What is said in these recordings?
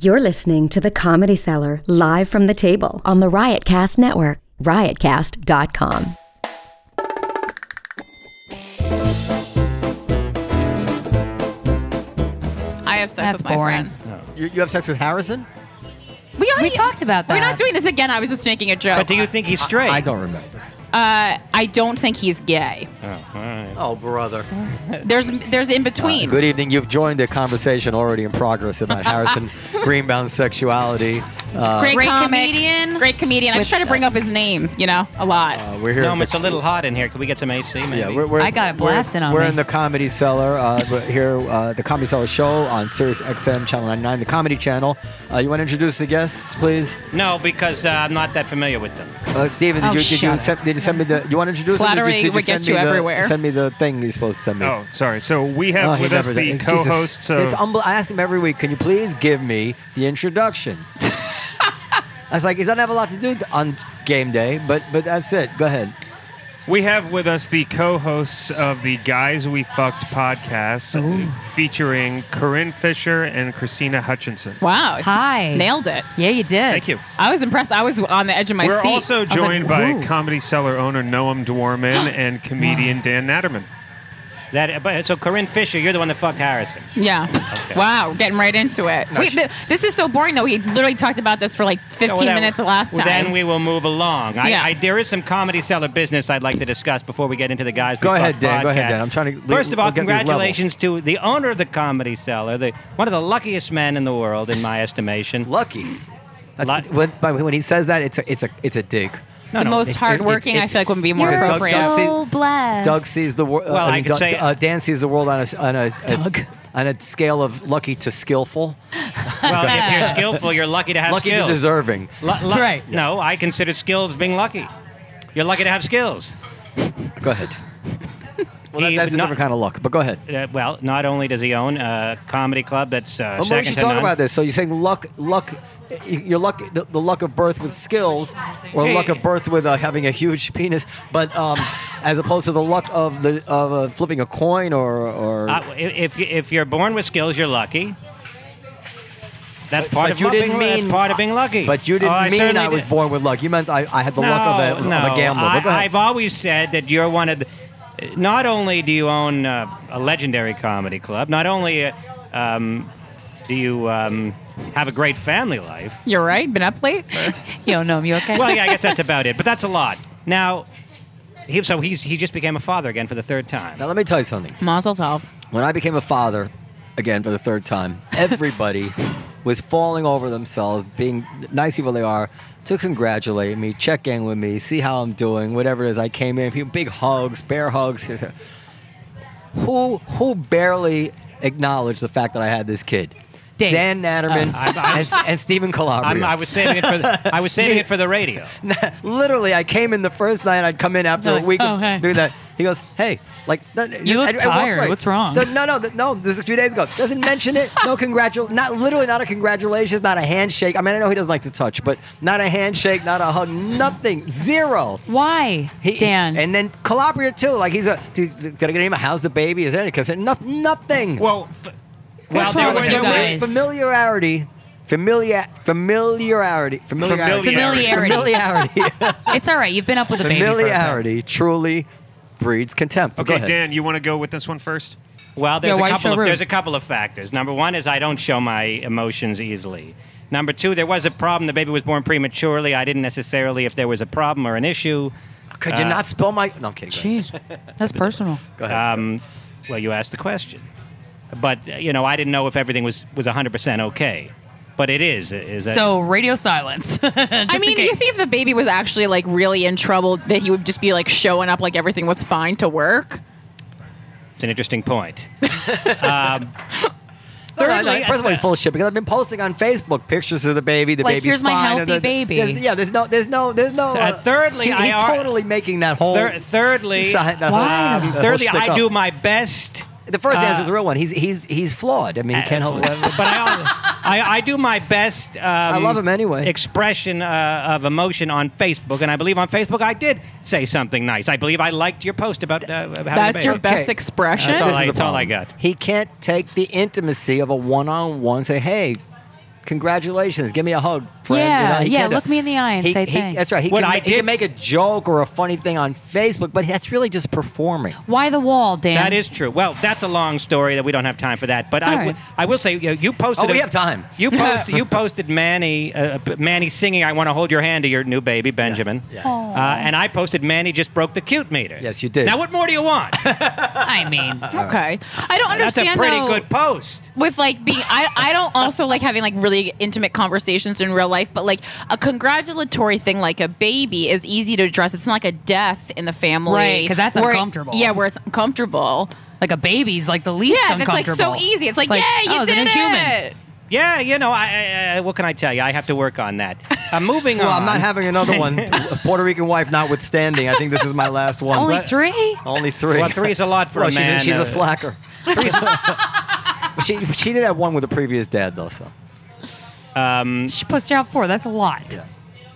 You're listening to The Comedy Cellar live from the table on the Riotcast Network, riotcast.com. I have sex That's with my boring. friends. You, you have sex with Harrison? We already talked about We're not that. doing this again. I was just making a joke. But do you think he's straight? I don't remember. uh, I don't think he's gay. Oh, brother. There's there's Uh, in between. Good evening. You've joined a conversation already in progress about Harrison Greenbound's sexuality. Uh, great, Great comic, comedian. Great comedian. I just try to bring up his name, you know, a lot. uh, we're here. No, at it's the- a little hot in here. Could we get some AC, maybe? Yeah, we're, we're, I got it blasting we're, on We're me. in the Comedy Cellar. Uh, we're here, uh, the Comedy Cellar show on Sirius XM Channel 99, the Comedy Channel. Uh, you want to introduce the guests, please? no, because uh, I'm not that familiar with them. Uh, Steven, did, Oh, you, did, you shut accept, did you send me the? You want to introduce them, or Flattery did, did you would get send you me the, everywhere. Send me the thing you're supposed to send me. Oh, sorry. So we have Oh, with he's us everything. the Jesus. co-hosts of It's unbel- I ask him every week, can you please give me the introductions? I was like, he doesn't have a lot to do on game day, but but that's it. Go ahead. we have with us the co-hosts of the Guys We Fucked podcast, featuring Corinne Fisher and Christina Hutchinson. Wow. Hi. Nailed it. Yeah, you did. Thank you. I was impressed. I was on the edge of my We're seat. also was like, joined by "Ooh." comedy seller owner Noam Dwarman and comedian Dan Natterman. That, but, so Corinne Fisher, you're the one that fucked Harrison. yeah. Wow. Getting right into it. Wait, th- this is so boring though. He literally talked about this for like 15 Well, that- minutes the last well, time. Then we will move along. I, Yeah. I, there is some comedy seller business I'd like to discuss before we get into the guys. We Go Fuck ahead, Dan. Go ahead, podcast. Dan. I'm trying to- First of all, we'll get these levels. congratulations to the owner of the comedy seller, the one of the luckiest men in the world, in my estimation. Lucky. That's, Lucky. when, by the way, when he says that, it's a it's a it's a dig. the most it's- hardworking, it's- I feel like, would be more You're so appropriate. Doug so said- blessed. Doug sees the world. Well, I could Doug, say- uh, Dan sees the world on a s- on a, a s- Doug. on a scale of lucky to skillful, well, if you're skillful, you're lucky to have lucky skills. to deserving. Lu- lu- Right. No, I consider skills being lucky. You're lucky to have skills. Go ahead. Well, that, He that's would a not- different kind of luck. But go ahead. Uh, well, not only does he own a comedy club that's uh, Oh, we second should to talk none. about this. So you're saying luck, luck, y- your luck, the, the luck of birth with skills, or luck of birth with uh, having a huge penis, but um, as opposed to the luck of the of uh, flipping a coin or or. Uh, i- if you- if you're born with skills, you're lucky. That's part but of you luck didn't being, mean that's part of being lucky. But you didn't Oh, mean certainly I was did- born with luck. You meant I, I had the luck of a, no, of a gambler. But go I, ahead. have always said that you're one of. The, not only do you own uh, a legendary comedy club, not only uh, um, do you um, have a great family life. You're right. Been up late. You don't know him. You okay? well, yeah, I guess that's about it. But that's a lot. Now, he, so he's he just became a father again for the third time. now let me tell you something. Mazel tov. When I became a father, again for the third time, everybody was falling over themselves, being nice people they are, to congratulate me, check in with me, see how I'm doing, whatever it is. I came in, people, big hugs, bear hugs. who who barely acknowledged the fact that I had this kid? Dave. Dan Natterman I'm- I'm- and, and Stephen I'm, Calabria. I was saving it for the, I was saving it for the radio. Literally, I came in the first night. I'd come in after They're a like, week "Oh, of hey." doing that. He goes, "Hey, like that, You look I- I walked tired. away. What's wrong?" Does- no, no, th- no. This is a few days ago. Doesn't mention it. No congratul. Not literally. Not a congratulations. Not a handshake. I mean, I know he doesn't like to touch, but not a handshake. Not a hug. Nothing. Zero. Why, He, Dan? And then Calabria too. Like he's a. Did, did I get him a how's the baby? Is that because nothing. Well, f- well, What's there wrong were with you there were- guys? familiarity. Familiar, familiarity, familiarity, Familiarity. familiarity. it's all right. You've been up with a baby. for a bit. Familiarity truly breeds contempt. Oh, But Okay, go ahead. Dan, you want to go with this one first? well, there's Yeah, why a you couple so of rude? there's a couple of factors. Number one is I don't show my emotions easily. Number two, there was a problem. The baby was born prematurely. I didn't necessarily, if there was a problem or an issue. Could Uh, you not spell my? No, I'm kidding. Go ahead. Jeez, that's personal. Go ahead. Well, you asked the question, but uh, you know, I didn't know if everything was was 100 percent okay. But it is. Is that- So radio silence. Just I mean, you think if the baby was actually like really in trouble, that he would just be like showing up like everything was fine to work? It's an interesting point. No, no, no, thirdly, first of all, he's full of shit because I've been posting on Facebook pictures of the baby. The Like, baby's here's my fine, and healthy the- baby. there's- yeah, there's no, there's no, there's no. Uh, thirdly, he- I he's are- totally making that whole. Thir- thirdly, side- that Why? whole- um, that whole thirdly, I shtick do Uh, up. my best. The first uh, answer is the real one. He's he's he's flawed. I mean, he can't help. but I, al- I, I do my best. Um, I love him anyway. Expression uh, of emotion on Facebook, and I believe on Facebook I did say something nice. I believe I liked your post about uh, having a That's baby. your best Okay. expression. That's all This I- is the it's all I problem. got. He can't take the intimacy of a one-on-one. Say, hey, congratulations, give me a hug, friend. Yeah, You know, he yeah, can't- look me in the eye and he- say he- thanks. That's right. He, What can, I he can did- make a joke or a funny thing on Facebook, but that's really just performing. Why the wall, Dan? That is true. Well, that's a long story that we don't have time for that. But I All wi- right. I will say you, know, you posted. Oh, we a- have time. You post, you posted Manny uh, p- Manny singing "I Want to Hold Your Hand" to your new baby Benjamin. Yeah. Uh, and I posted Manny just broke the cute meter. Yes, you did. Now what more do you want? I mean, Okay. I don't That's a understand pretty though, good post. with like being I, I don't also like having like really intimate conversations in real life but like a congratulatory thing like a baby is easy to address it's not like a death in the family Right, 'cause that's where it- uncomfortable. yeah where it's uncomfortable like a baby's like the least yeah that's like uncomfortable. so easy it's like, yeah you oh, it's did an it inhuman. Yeah, you know, I, I, I, what can I tell you? I have to work on that. Uh, moving Well, on. I'm not having another one. A Puerto Rican wife notwithstanding, I think this is my last one. Only But- three? Only three. Well, three is a lot for Well, a she's man. she's uh, a slacker. she, she did have one with a previous dad, though, so. She pushed out four. That's a lot.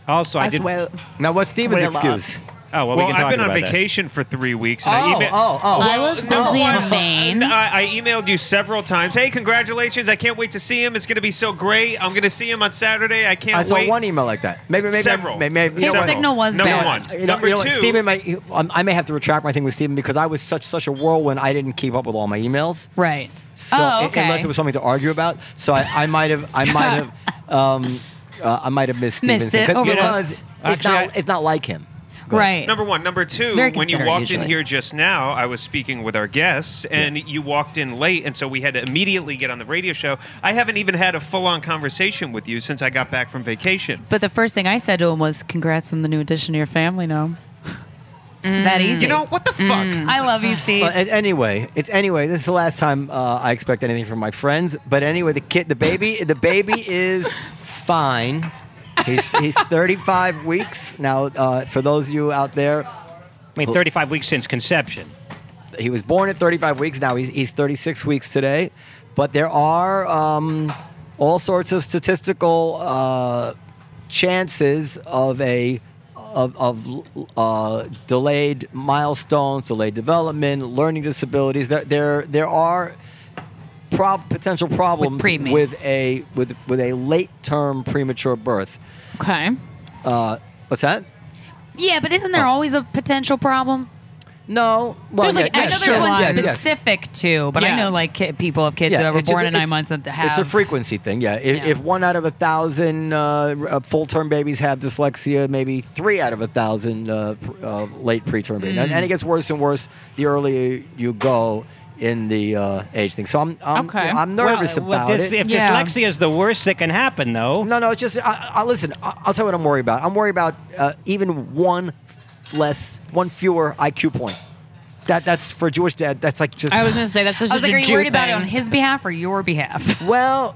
Also, I as did. well Now, what's Steven's Way of love. excuse? Oh, well, we Well, can I've talk been on about that. vacation for three weeks. And uh, I Oh, emailed- oh, oh. I was busy in Maine. I, I emailed you several times. Hey, congratulations! I can't wait to see him. It's going to be so great. I'm going to see him on Saturday. I can't I saw wait. one email like that. Maybe, maybe, Several. Maybe, maybe, you His know what? signal was number bad. one. You know, number you know two. what, Steven might, um, I may have to retract my thing with Steven because I was such such a whirlwind. I didn't keep up with all my emails. Right. So oh, okay. unless it was something to argue about, so I, I might have I might have um, uh, I might have missed Steven's Missed thing, it, 'cause- overlooked. because it's Actually, I- not it's not like him. Go ahead. right. Number one. Number two, very when you considerate walked in usually. here just now, I was speaking with our guests, and you walked in late, and so we had to immediately get on the radio show. I haven't even had a full on conversation with you since I got back from vacation. But the first thing I said to him was, "Congrats on the new addition to your family, Noam." It's that easy. Mm. You know, what the fuck? I love you, Steve. But a- anyway, it's anyway. This is the last time uh, I expect anything from my friends. But anyway, the kid, the baby, the baby is fine. He's, he's 35 weeks now. Uh, for those of you out there, I mean, 35 weeks since conception. he was born at 35 weeks. Now he's, he's 36 weeks today. But there are um, all sorts of statistical uh, chances of a of, of uh, delayed milestones, delayed development, learning disabilities. There there, there are prob- potential problems preemies. with a with with a late term premature birth. okay Uh, what's that? yeah, but isn't Oh. there always a potential problem? No. Well, There's, like, yeah, I know yes, there yes, was yes, yes. specific to, but I Yeah. know like ki- people have kids that were it's just- born in nine it's- months that have. It's a frequency thing. Yeah, if, Yeah. if one out of a thousand uh, r- uh, full-term babies have dyslexia, maybe three out of a thousand uh, pr- uh, late preterm babies, and, and it gets worse and worse the earlier you go in the uh, age thing. So I'm I'm, Okay. I'm nervous Well, well, about this- it. If Yeah. dyslexia is the worst that can happen, though. No, no, it's just I, I listen. I, I'll tell you what I'm worried about. I'm worried about uh, even one less, one fewer IQ point. That that's for a Jewish dad. That's like just i was gonna say that's just I was like, a are you Jew worried about it thing. on his behalf or your behalf? Well,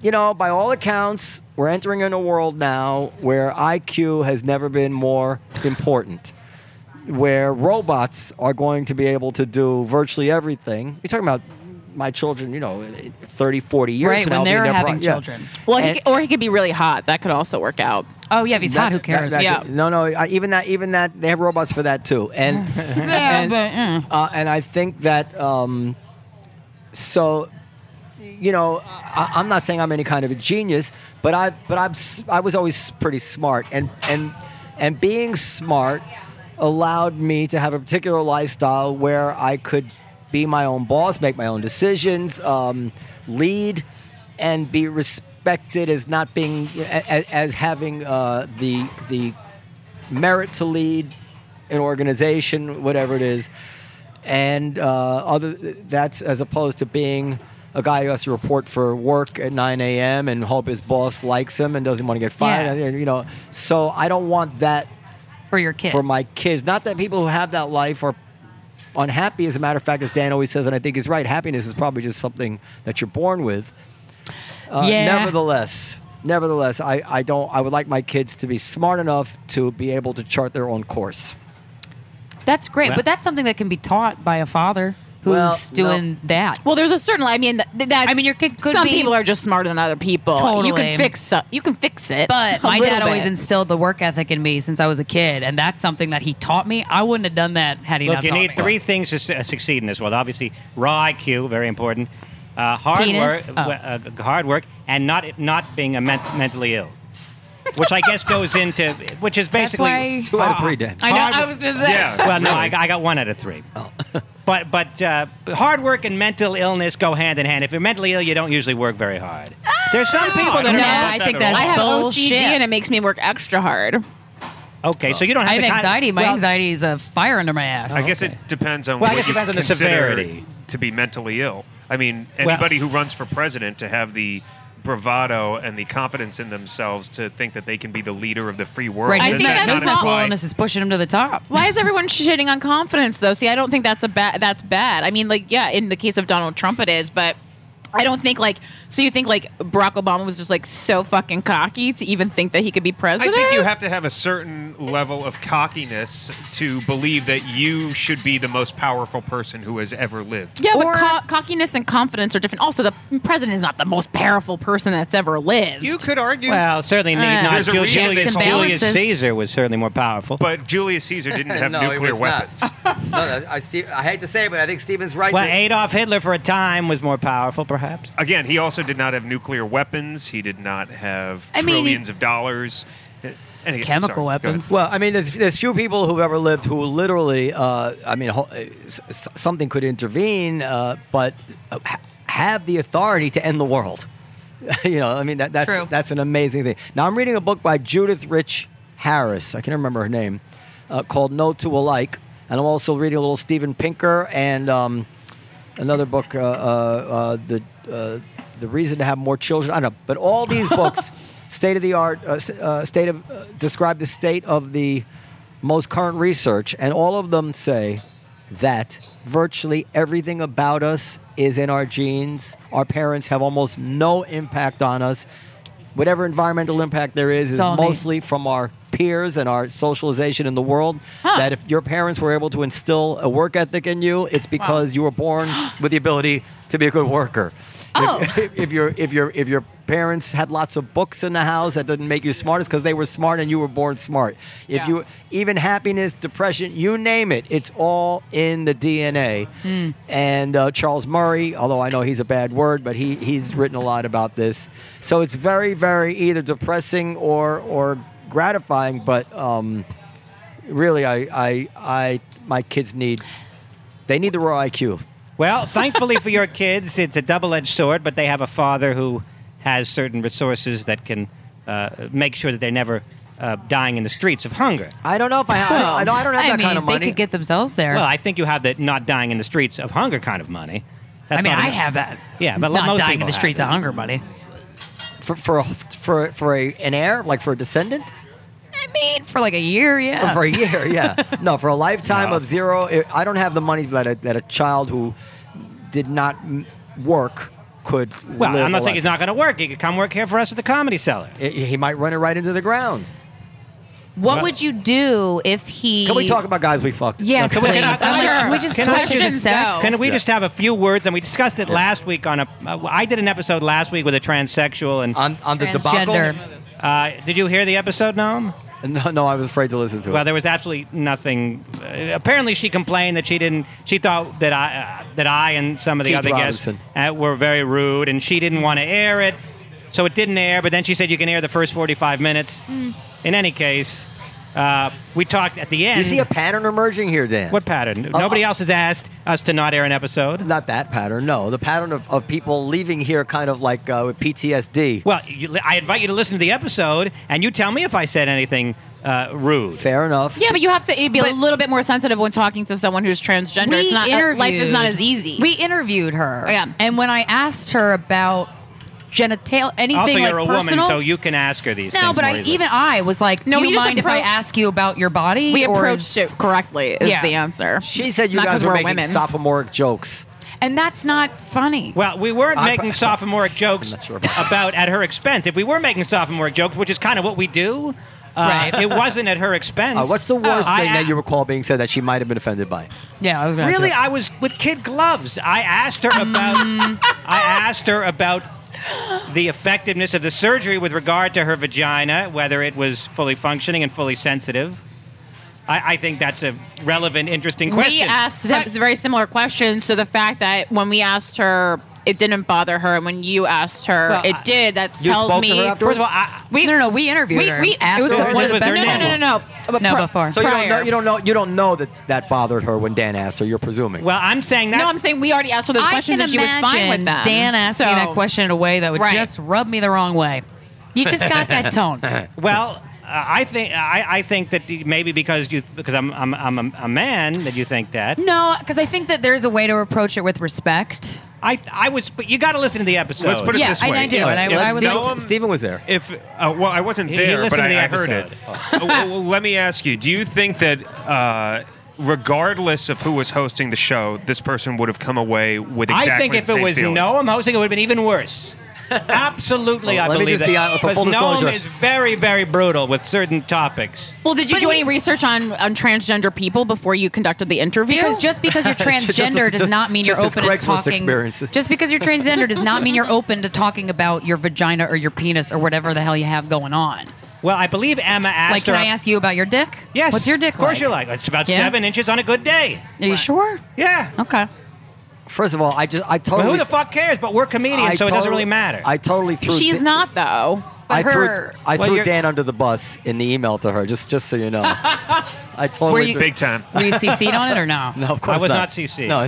you know, by all accounts, we're entering in a world now where IQ has never been more important. Where robots are going to be able to do virtually everything. You're talking about my children, you know, 30, 40 years Right, from when now, being they're their having yeah. children. well And- he, could- or he could be really hot that could also work out Oh yeah, if he's that- hot, who that- cares? that- Yeah. No, no. I- Even that. Even that. They have robots for that too. And and, uh, and I think that. Um, so, you know, I, I'm not saying I'm any kind of a genius, but I but I'm s- I was always pretty smart, and and and being smart allowed me to have a particular lifestyle where I could be my own boss, make my own decisions, um, lead, and be respected as not being as, as having uh, the the merit to lead an organization, whatever it is, and uh, other that's as opposed to being a guy who has to report for work at 9 a.m. and hope his boss likes him and doesn't want to get fired. Yeah. and, You know, so I don't want that For your kid. for my kids. Not that people who have that life are unhappy. As a matter of fact, as Dan always says, and I think he's right, happiness is probably just something that you're born with. Uh, Yeah. Nevertheless, nevertheless, I, I don't. I would like my kids to be smart enough to be able to chart their own course. That's great, Well- but that's something that can be taught by a father who's Well, no. doing that. well there's a certain i mean th- that's I mean, your kid could some be- people are just smarter than other people you Totally. can fix so- you can fix it But a my little dad always bit. instilled the work ethic in me since I was a kid, and that's something that he taught me. I wouldn't have done that had he Look, not you taught need me. three things to su- uh, succeed in this world. Obviously, raw IQ, very important. Uh, hard Penis? work, Oh. w- uh, hard work, and not not being a men- mentally ill, which I guess goes into which is basically why- Two out of three, Dan. I know. I Hard- was gonna say. Yeah. well, no, I, really. Oh. I got one out of three. but but uh, hard work and mental illness go hand in hand. If you're mentally ill, you don't usually work very hard. There's some people that I don't are. know No, about I that think at all. I have Bullshit. OCD and it makes me work extra hard. Okay, so you don't have I have the kind- anxiety. My well, anxiety is a fire under my ass. I guess it depends on Well, I what guess it you depends on the consider severity. to be mentally ill. I mean, Well- anybody who runs for president to have the bravado and the confidence in themselves to think that they can be the leader of the free world. Right. I does think that's that not the mental imply- illness is pushing him to the top. Why is everyone shitting on confidence though? See, I don't think that's a bad. That's bad. I mean, like, yeah, in the case of Donald Trump, it is, but I don't think like. So you think like Barack Obama was just like so fucking cocky to even think that he could be I president? think you have to have a certain level of cockiness to believe that you should be the most powerful person who has ever lived. Yeah, Or- but co- cockiness and confidence are different. Also, the president is not the most powerful person that's ever lived. You could argue, Well, certainly not. Uh, There's a Ju- reason Julius, they Julius call it- Caesar was certainly more powerful. but Julius Caesar didn't have No, he nuclear was not. weapons. no, no, I, Steve, I hate to say it, but I think Steven's right. well, that- Adolf Hitler for a time was more powerful, perhaps. Again, he also did not have nuclear weapons. He did not have I mean, he- trillions of dollars. And again, Chemical sorry, go ahead. weapons. Well, I mean, there's, there's few people who've ever lived who literally, uh, I mean, ho- uh, s- s- something could intervene, uh, but uh, ha- have the authority to end the world. you know, I mean, that, that's True. that's an amazing thing. Now, I'm reading a book by Judith Rich Harris. I can't remember her name, uh, called No Two Alike, and I'm also reading a little Steven Pinker and um, another book, uh, uh, uh, the uh, the reason to have more children. I don't know, but all these books, state of the art, uh, s- uh, state of uh, describe the state of the most current research, and all of them say that virtually everything about us is in our genes. Our parents have almost no impact on us. Whatever environmental impact there is is all me. mostly from our peers and our socialization in the world. That if your parents were able to instill a work ethic in you, it's because you were born with the ability to be a good worker. If, if, your if your if your parents had lots of books in the house, that didn't make you smart. It's because they were smart and you were born smart. If Yeah. you even happiness, depression, you name it, it's all in the DNA. Hmm. And uh, Charles Murray, although I know he's a bad word, but he he's written a lot about this. So it's very very either depressing or or gratifying, but um, really I I I my kids need they need the raw IQ. Well, thankfully for your kids, it's a double-edged sword, but they have a father who has certain resources that can uh, make sure that they're never uh, dying in the streets of hunger. I don't know if I I, don't- I, don't, I don't have that mean, kind of money. they could get themselves there. Well, I think you have the not dying in the streets of hunger kind of money. That's I mean, not I enough. have that. Yeah, but not most dying people in the have streets it. of hunger money. for for a, for for a, an heir, like for a descendant, I mean, for like a year, Or yeah. for a year. Yeah, no, for a lifetime of zero. I- I don't have the money that a, that a child who did not m- work could. Well, live I'm not a saying life. he's not going to work. He could come work here for us at the Comedy Cellar. I- He might run it right into the ground. what would you do if he? Can we talk about guys we fucked? Yes, Okay. please. can I- I would- Sure. Can we just Can I switch to just- sex? Can Can we Yeah. just have a few words? And we discussed it last week on a. Uh, I did an episode last week with a transsexual, and On, on the debacle. Transgender. uh, did you hear the episode, Noam? No, no, I was afraid to listen to it. Well, there was absolutely nothing. Uh, apparently, she complained that she didn't. She thought that I, uh, that I and some of the Keith other Robinson. guests uh, were very rude, and she didn't want to air it, so it didn't air. But then she said you can air the first forty-five minutes. Hmm. In any case, uh, we talked at the end. you see a pattern emerging here, Dan. what pattern? Nobody uh, else has asked us to not air an episode. Not that pattern. No, the pattern of, of people leaving here, kind of like uh, with PTSD. Well, you, I invite you to listen to the episode, and you tell me if I said anything uh, rude. Fair enough. Yeah, but you have to be a But- little bit more sensitive when talking to someone who's transgender. We it's not uh, interviewed- life is not as easy. We interviewed her. Yeah. And when I asked her about genital anything Also, like you're a personal, woman, so you can ask her these things. no, but more I, easily. even I was like, No, "Do we you just mind if I appro- ask you about your body?" We or approached is- it correctly is Yeah. the answer. She said you Not guys 'cause were, we're making women. sophomoric jokes. and that's not funny. Well, we weren't I- making sophomoric jokes not sure about that. about at her expense. If we were making sophomoric jokes, which is kind of what we do, uh, Right. it wasn't at her expense. Uh, what's the worst Oh, I thing that a- you recall being said that she might have been offended by? yeah, I was gonna ask Really, her. I was with kid gloves. I asked her about. Um. I asked her about the effectiveness of the surgery with regard to her vagina, whether it was fully functioning and fully sensitive. I, I think that's a relevant, interesting question. We asked them very similar questions. So the fact that when we asked her it didn't bother her, and when you asked her, Well, it I- did. That You tells spoke me. to her after- First of all, I, We No, no, no, we interviewed we, her. we it was After one of the this was best. their No, no, no, no, no. But No, pri- before. So you don't know prior. you don't know you don't know that that bothered her when Dan asked her. You're presuming. well, I'm saying that. No, I'm saying we already asked her those I questions, can and she was fine with imagine them. Dan asked So- me that question in a way that would Right. just rub me the wrong way. You just got that tone. Well, uh, I think I, I think that maybe because you because I'm I'm, I'm a, a man that you think that. no, because I think that there's a way to approach it with respect. I I was, but you got to listen to the episode. Let's put it Yeah, this and way. I do, and I- If I you would know like to- him- Stephen was there. If uh, well, I wasn't He- he there, but listened to the I, I heard it. episode. Uh, well, well, let me ask you: Do you think that, uh, regardless of who was hosting the show, this person would have come away with exactly I think the if it same was feeling? Noam hosting, it would have been even worse. Absolutely, Well, I let me believe just be that. hon- for full Because Noam disclosure- is very, very brutal with certain topics. Well, did you But do he- any research on, on transgender people before you conducted the interview? Because just because you're Just- transgender does just- not mean you're just as open to Craigslist talking. experiences. Just because you're transgender does not mean you're open to talking about your vagina or your penis or whatever the hell you have going on. Well, I believe Emma asked Like, can her. I ask you about your dick? Yes. What's your dick Of course like? you like. It's about Yeah. seven inches on a good day. Are you sure? Yeah. Okay. First of all, I just I But totally. who the fuck cares? But we're comedians, I so it doesn't totally- really matter. I totally threw. she's Dan- not though. I threw, her. I Well, threw you're- Dan under the bus in the email to her. Just just so you know, I totally. Were you- threw- Big time. Were you CC'd on it or no? No, of course was not. not CC. No,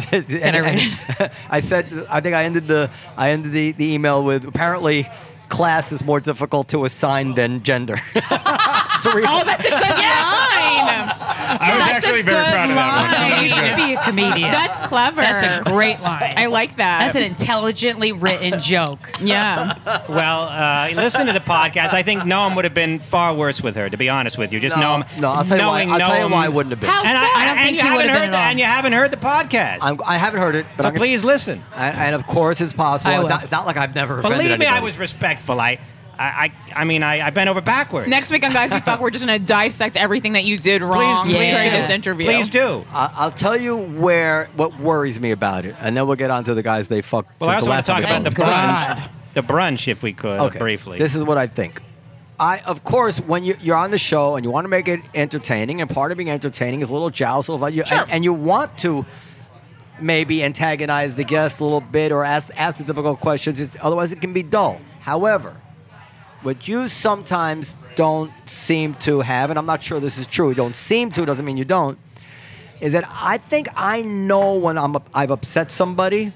and, I and- read I said I think I ended the I ended the, the email with apparently class is more difficult to assign than gender. It's a real- Oh, that's a good line. I That's was a actually very good proud of that line. one. You should be a comedian. That's clever. That's a great line. I like that. That's an intelligently written joke. yeah. well, uh, listen to the podcast. I think Noam would have been far worse with her, to be honest with you. Just no, Noam. no, I'll tell you why. knowing I'll tell you Noam- why I wouldn't have been. How- so? And I don't and think you he would have been haven't heard at the- all. and you haven't heard the podcast. I'm, I haven't heard it, but so I'm gonna- please listen. and, and of course it's possible. I It's will. not, it's not like I've never offended Believe me, I anybody. was respectful. I, I, I, I mean, I, I bent over backwards. Next week on Guys We Fuck, we're just gonna dissect everything that you did please, wrong please during do. this interview. Please do. I- I'll tell you where what worries me about it, and then we'll get on to the guys they fucked Well, I since the also want last to talk episode. about the episode. brunch. God. The brunch, if we could, briefly. This is what I think. I, of course, when you, you're on the show and you want to make it entertaining, and part of being entertaining is a little joustle, about you, and, and you want to maybe antagonize the guests a little bit or ask ask the difficult questions. It's, otherwise, it can be dull. However, what you sometimes don't seem to have, and I'm not sure this is true. You don't seem to doesn't mean you don't. Is that I think I know when I'm up- I've upset somebody,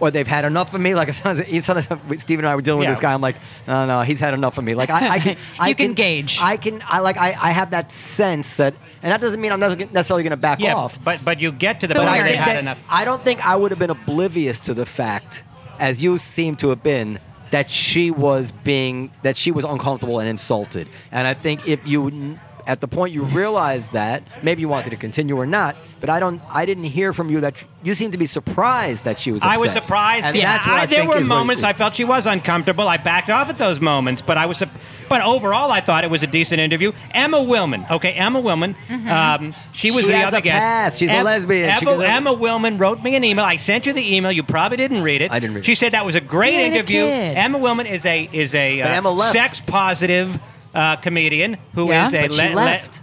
or they've had enough of me. Like sometimes, sometimes Steve and I were dealing Yeah. with this guy. I'm like, no, no, he's had enough of me. Like I, I can, I You can gauge. I can, I like, I, I have that sense that, and that doesn't mean I'm not necessarily going to back yeah, off. but but you get to the So point But I, where weird. they think had that, enough. I don't think I would have been oblivious to the fact, as you seem to have been, that she was being that she was uncomfortable and insulted. And I think if you n- at the point you realized that, maybe you wanted to continue or not, but I don't. I didn't hear from you that tr- you seemed to be surprised that she was. Upset. I was surprised. And yeah, that's what I, I- there think were is what- moments I felt she was uncomfortable. I backed off at those moments, but I was. sup- But overall, I thought it was a decent interview. Emma Willman, okay, Emma Willman, um, she was She the has other a guest. past. She's a lesbian. Emma, She can- Emma Willman wrote me an email. I sent you the email. You probably didn't read it. I didn't read she it. said that was a great Yeah, the interview. kid. Emma Willman is a is a uh, But Emma left. sex positive uh, comedian who is Yeah. a But she le- le- left.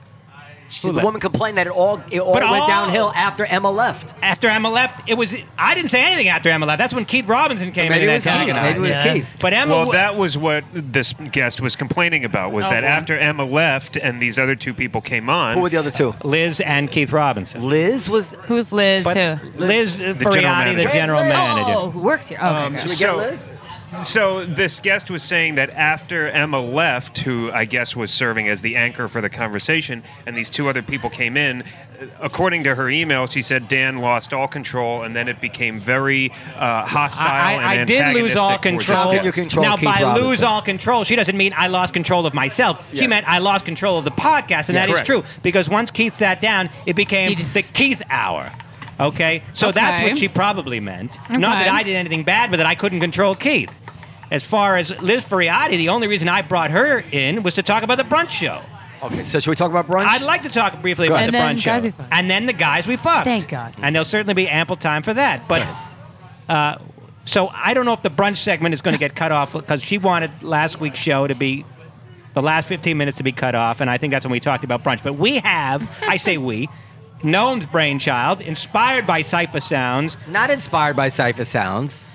She, Who the left? woman complained that it all it all But went all- downhill after Emma left. after Emma left, it was I didn't say anything after Emma left. That's when Keith Robinson came maybe in. it and was Keith. antagonized. Maybe it was Yeah. Keith. But Emma, Well, Wi- that was what this guest was complaining about was Oh, that boy. after Emma left and these other two people came on, Who were the other two? Liz and Keith Robinson. Liz was. Who's Liz? But who? Liz uh, general Ferriani, the manager. general Liz? manager. Oh, who works here? Okay. Um, good. Did we So- get Liz? So this guest was saying that after Emma left, who I guess was serving as the anchor for the conversation, and these two other people came in. According to her email, she said Dan lost all control, and then it became very uh, hostile. I, and I- I did lose antagonistic all towards this control. How can you guest. control now, Keith by lose Robinson? all control, she doesn't mean I lost control of myself. She Yeah. meant I lost control of the podcast, and Yeah. that is Correct. true because once Keith sat down, it became He just- the Keith Hour. Okay, so that's Okay. what she probably meant. Not that Okay. I did anything bad, but that I couldn't control Keith. As far as Liz Ferriati, the only reason I brought her in was to talk about the brunch show. Okay, so should we talk about brunch? I'd like to talk briefly about And the then brunch guys show. we fucked. And then the guys we fucked. Thank God. And there'll certainly be ample time for that. But uh, so I don't know if the brunch segment is going to get cut off because she wanted last week's show to be the last 15 minutes to be cut off, and I think that's when we talked about brunch. But we have, I say we, Gnome's brainchild, inspired by Cypher Sounds. Not inspired by Cypher Sounds.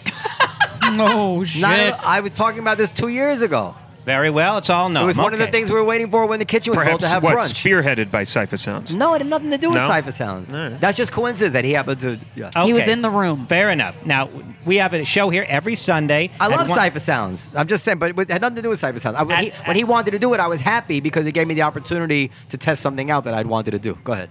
Oh shit! Not at all. I was talking about this two years ago. Very well, it's all Gnome. It was one of the Okay. things we were waiting for when the kitchen was built to Perhaps have what brunch. spearheaded by Cypher Sounds. no, it had nothing to do with No? Cypher Sounds. All right. Oh. That's just coincidence that he happened to. Yeah. He was Okay. in the room. Fair enough. Now, we have a show here every Sunday. I at love one- Cypher Sounds. I'm just saying, but it had nothing to do with Cypher Sounds. I, when, At- he, when he wanted to do it, I was happy because it gave me the opportunity to test something out that I'd wanted to do. Go ahead.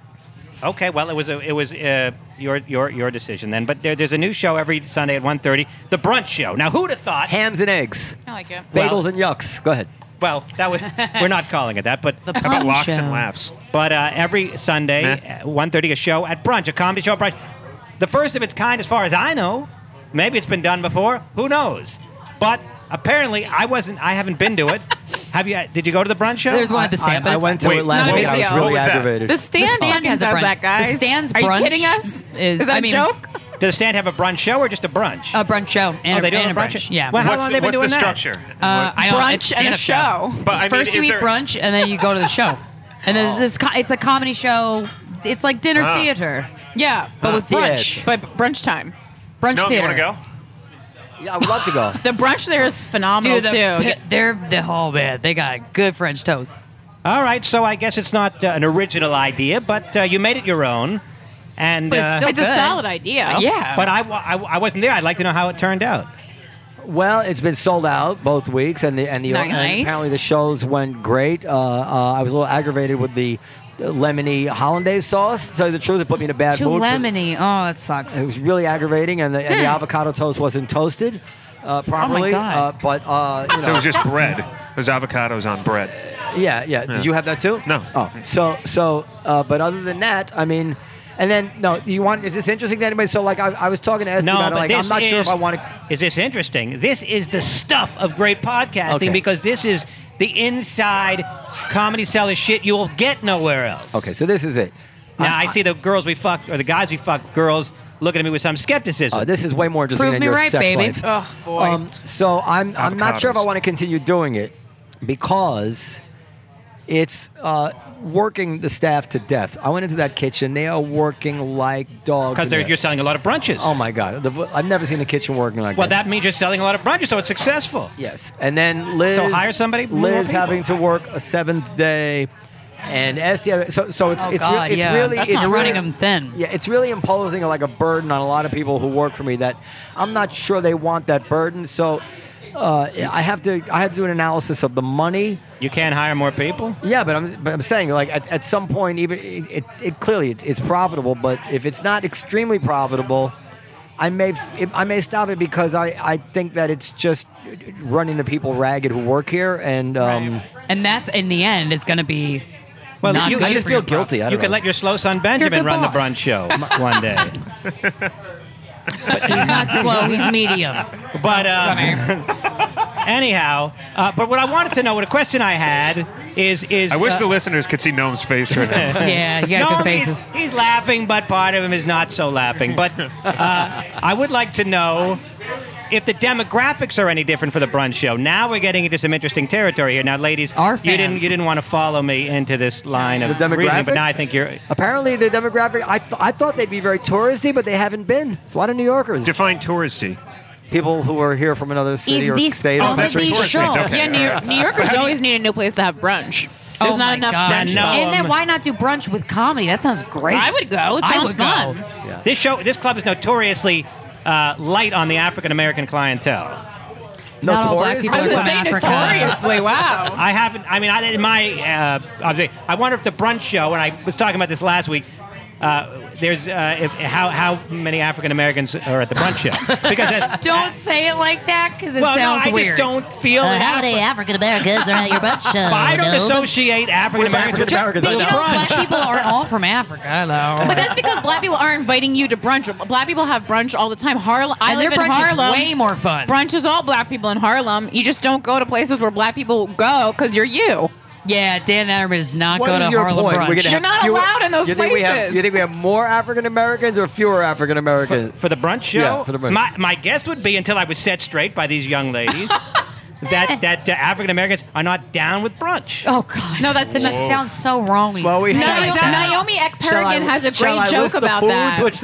Okay, well, it was a, it was uh, your your your decision then. But there, there's a new show every Sunday at 1.30, The Brunch Show. Now, who'd have thought? Hams and eggs, I like it. Well- bagels and yucks. Go ahead. well, that was we're not calling it that, but The How about Brunch locks Show. and laughs? But uh, every Sunday, Meh. at 1.30, a show at brunch, a comedy show at brunch. The first of its kind, as far as I know. Maybe it's been done before. Who knows? But apparently, I wasn't. I haven't been to it. Have you? Did you go to the brunch show? There's one I, at the I, stand. I went to Wait, it last not week. a I was video. really What was that? aggravated. The stand, The stand fucking has a does brunch. that, The guys. stand's Are you brunch kidding us? is- that I a mean- joke? Does the stand have a brunch show or just a brunch? A brunch show. And Oh, they a, do and a brunch show? Yeah. Well, how What's long the, have they been what's the doing that? structure? And Uh, I don't- it's brunch and a stand-up show. But I mean, First you is eat there- brunch and then you go to the show. And there's Oh. this co- it's a comedy show. It's like dinner Ah. theater. Yeah, but Uh, with brunch. theater. But brunch time. Brunch no, you theater. want to go? yeah, I would love to go. The brunch there is phenomenal Dude, the, too. pi- they're the whole man. They got good French toast. All right, so I guess it's not uh, an original idea, but uh, you made it your own. And But it's uh, still it's a good. solid idea. Yeah. but I, wa- I, I wasn't there. I'd like to know how it turned out. Well, it's been sold out both weeks, and the and the Nice. and apparently the shows went great. Uh, uh, I was a little aggravated with the lemony hollandaise sauce. To tell you the truth, it put me in a bad Too mood. for- lemony. Oh, that sucks. Uh, It was really aggravating, and the, and the avocado toast wasn't toasted uh, properly. Oh God. Uh, but uh, you know, So it was just bread. It was avocados on bread. yeah, yeah. Did you have that too? No. Oh, so so. Uh, but other than that, I mean, and then no. You want? Is this interesting to anybody? So like, I, I was talking to Esty No, about it. but Like, this I'm not is, sure if I want to. Is this interesting? This is the stuff of great podcasting Okay. because this is the inside comedy seller shit you will get nowhere else. Okay, so this is it. Now I- I, see the girls we fucked or the guys we fucked girls looking at me with some skepticism. Uh, this is way more interesting Prove than me your right, sex baby. life. Oh boy. Um, so I'm I'm not sure if I Avocados. want to continue doing it because it's uh, working the staff to death. I went into that kitchen; they are working like dogs. in because there. you're selling a lot of brunches. oh my god, the, vo- I've never seen the kitchen working like well, that. that means you're selling a lot of brunches, so it's successful. yes, and then Liz. So hire somebody, more Liz people. having to work a seventh day, and Esty. So so it's Oh, it's, God, it's yeah. really That's it's not really, running 'em thin. Yeah, it's really imposing like a burden on a lot of people who work for me that I'm not sure they want that burden. So uh, I have to I have to do an analysis of the money. You can't hire more people. Yeah, but I'm but I'm saying like at, at some point even it, it, it clearly it's it's profitable, but if it's not extremely profitable, I may f- I may stop it because I, I think that it's just running the people ragged who work here and um, and that's in the end is going to be Well, not you- good I just for feel your profit. guilty. I You don't could know. let your slow son Benjamin the run the boss. brunch show m- one day. He's not slow. He's medium. But uh, anyhow, uh, but what I wanted to know, what a question I had is is I wish uh, the listeners could see Gnome's face right now. Yeah, you got no, good he's- faces. He's, laughing, but part of him is not so laughing. But uh, I would like to know if the demographics are any different for the brunch show. Now we're getting into some interesting territory here. Now, ladies, Our you didn't fans. you didn't want to follow me into this line of The reasoning, but now demographics? I think you're. Apparently, the demographic, I, th- I thought they'd be very touristy, but they haven't been. It's a lot of New Yorkers. Define touristy. People who are here from another city Is or this state. only or country. the tourist show? things, okay. yeah, New, York, New Yorkers How do you- always need a new place to have brunch. There's Oh not my enough God. brunch. No. spots. And then why not do brunch with comedy? That sounds great. I would go. It I sounds would go. fun. This show, this club is notoriously uh, light on the African American clientele. no, Not all black tourists? people I was From gonna say Africa. notoriously. Wow. I haven't. I mean, I in my. Uh, observation- I wonder if the brunch show, and I was talking about this last week. Uh, there's uh, if, how how many African Americans are at the brunch show because that's, Don't say it like that because it well, sounds no, I weird. just don't feel Uh, it. how many African Americans are at your brunch uh, show? I don't Dove? associate African Americans with African But you know, Americans. black people aren't all from Africa, though. But that's because black people are inviting you to brunch. Black people have brunch all the time. Harlem. I and live their in brunch Harlem. is way more fun. Brunch is all black people in Harlem. You just don't go to places where black people go because you're you. Yeah, Dan Adam does not What go is to your Harlem point? brunch. We're gonna You're have not fewer- allowed in those you think We have, places. you think we have more African Americans or fewer African Americans? for the brunch show. Yeah, for the brunch. My, my guess would be until I was set straight by these young ladies that that uh, African Americans are not down with brunch. oh God, No, that's- that just sounds so wrong. when you Well, we say have- it Naomi, like that. Naomi Ekperig's Kerrigan has a shall great I joke list the about foods that. Which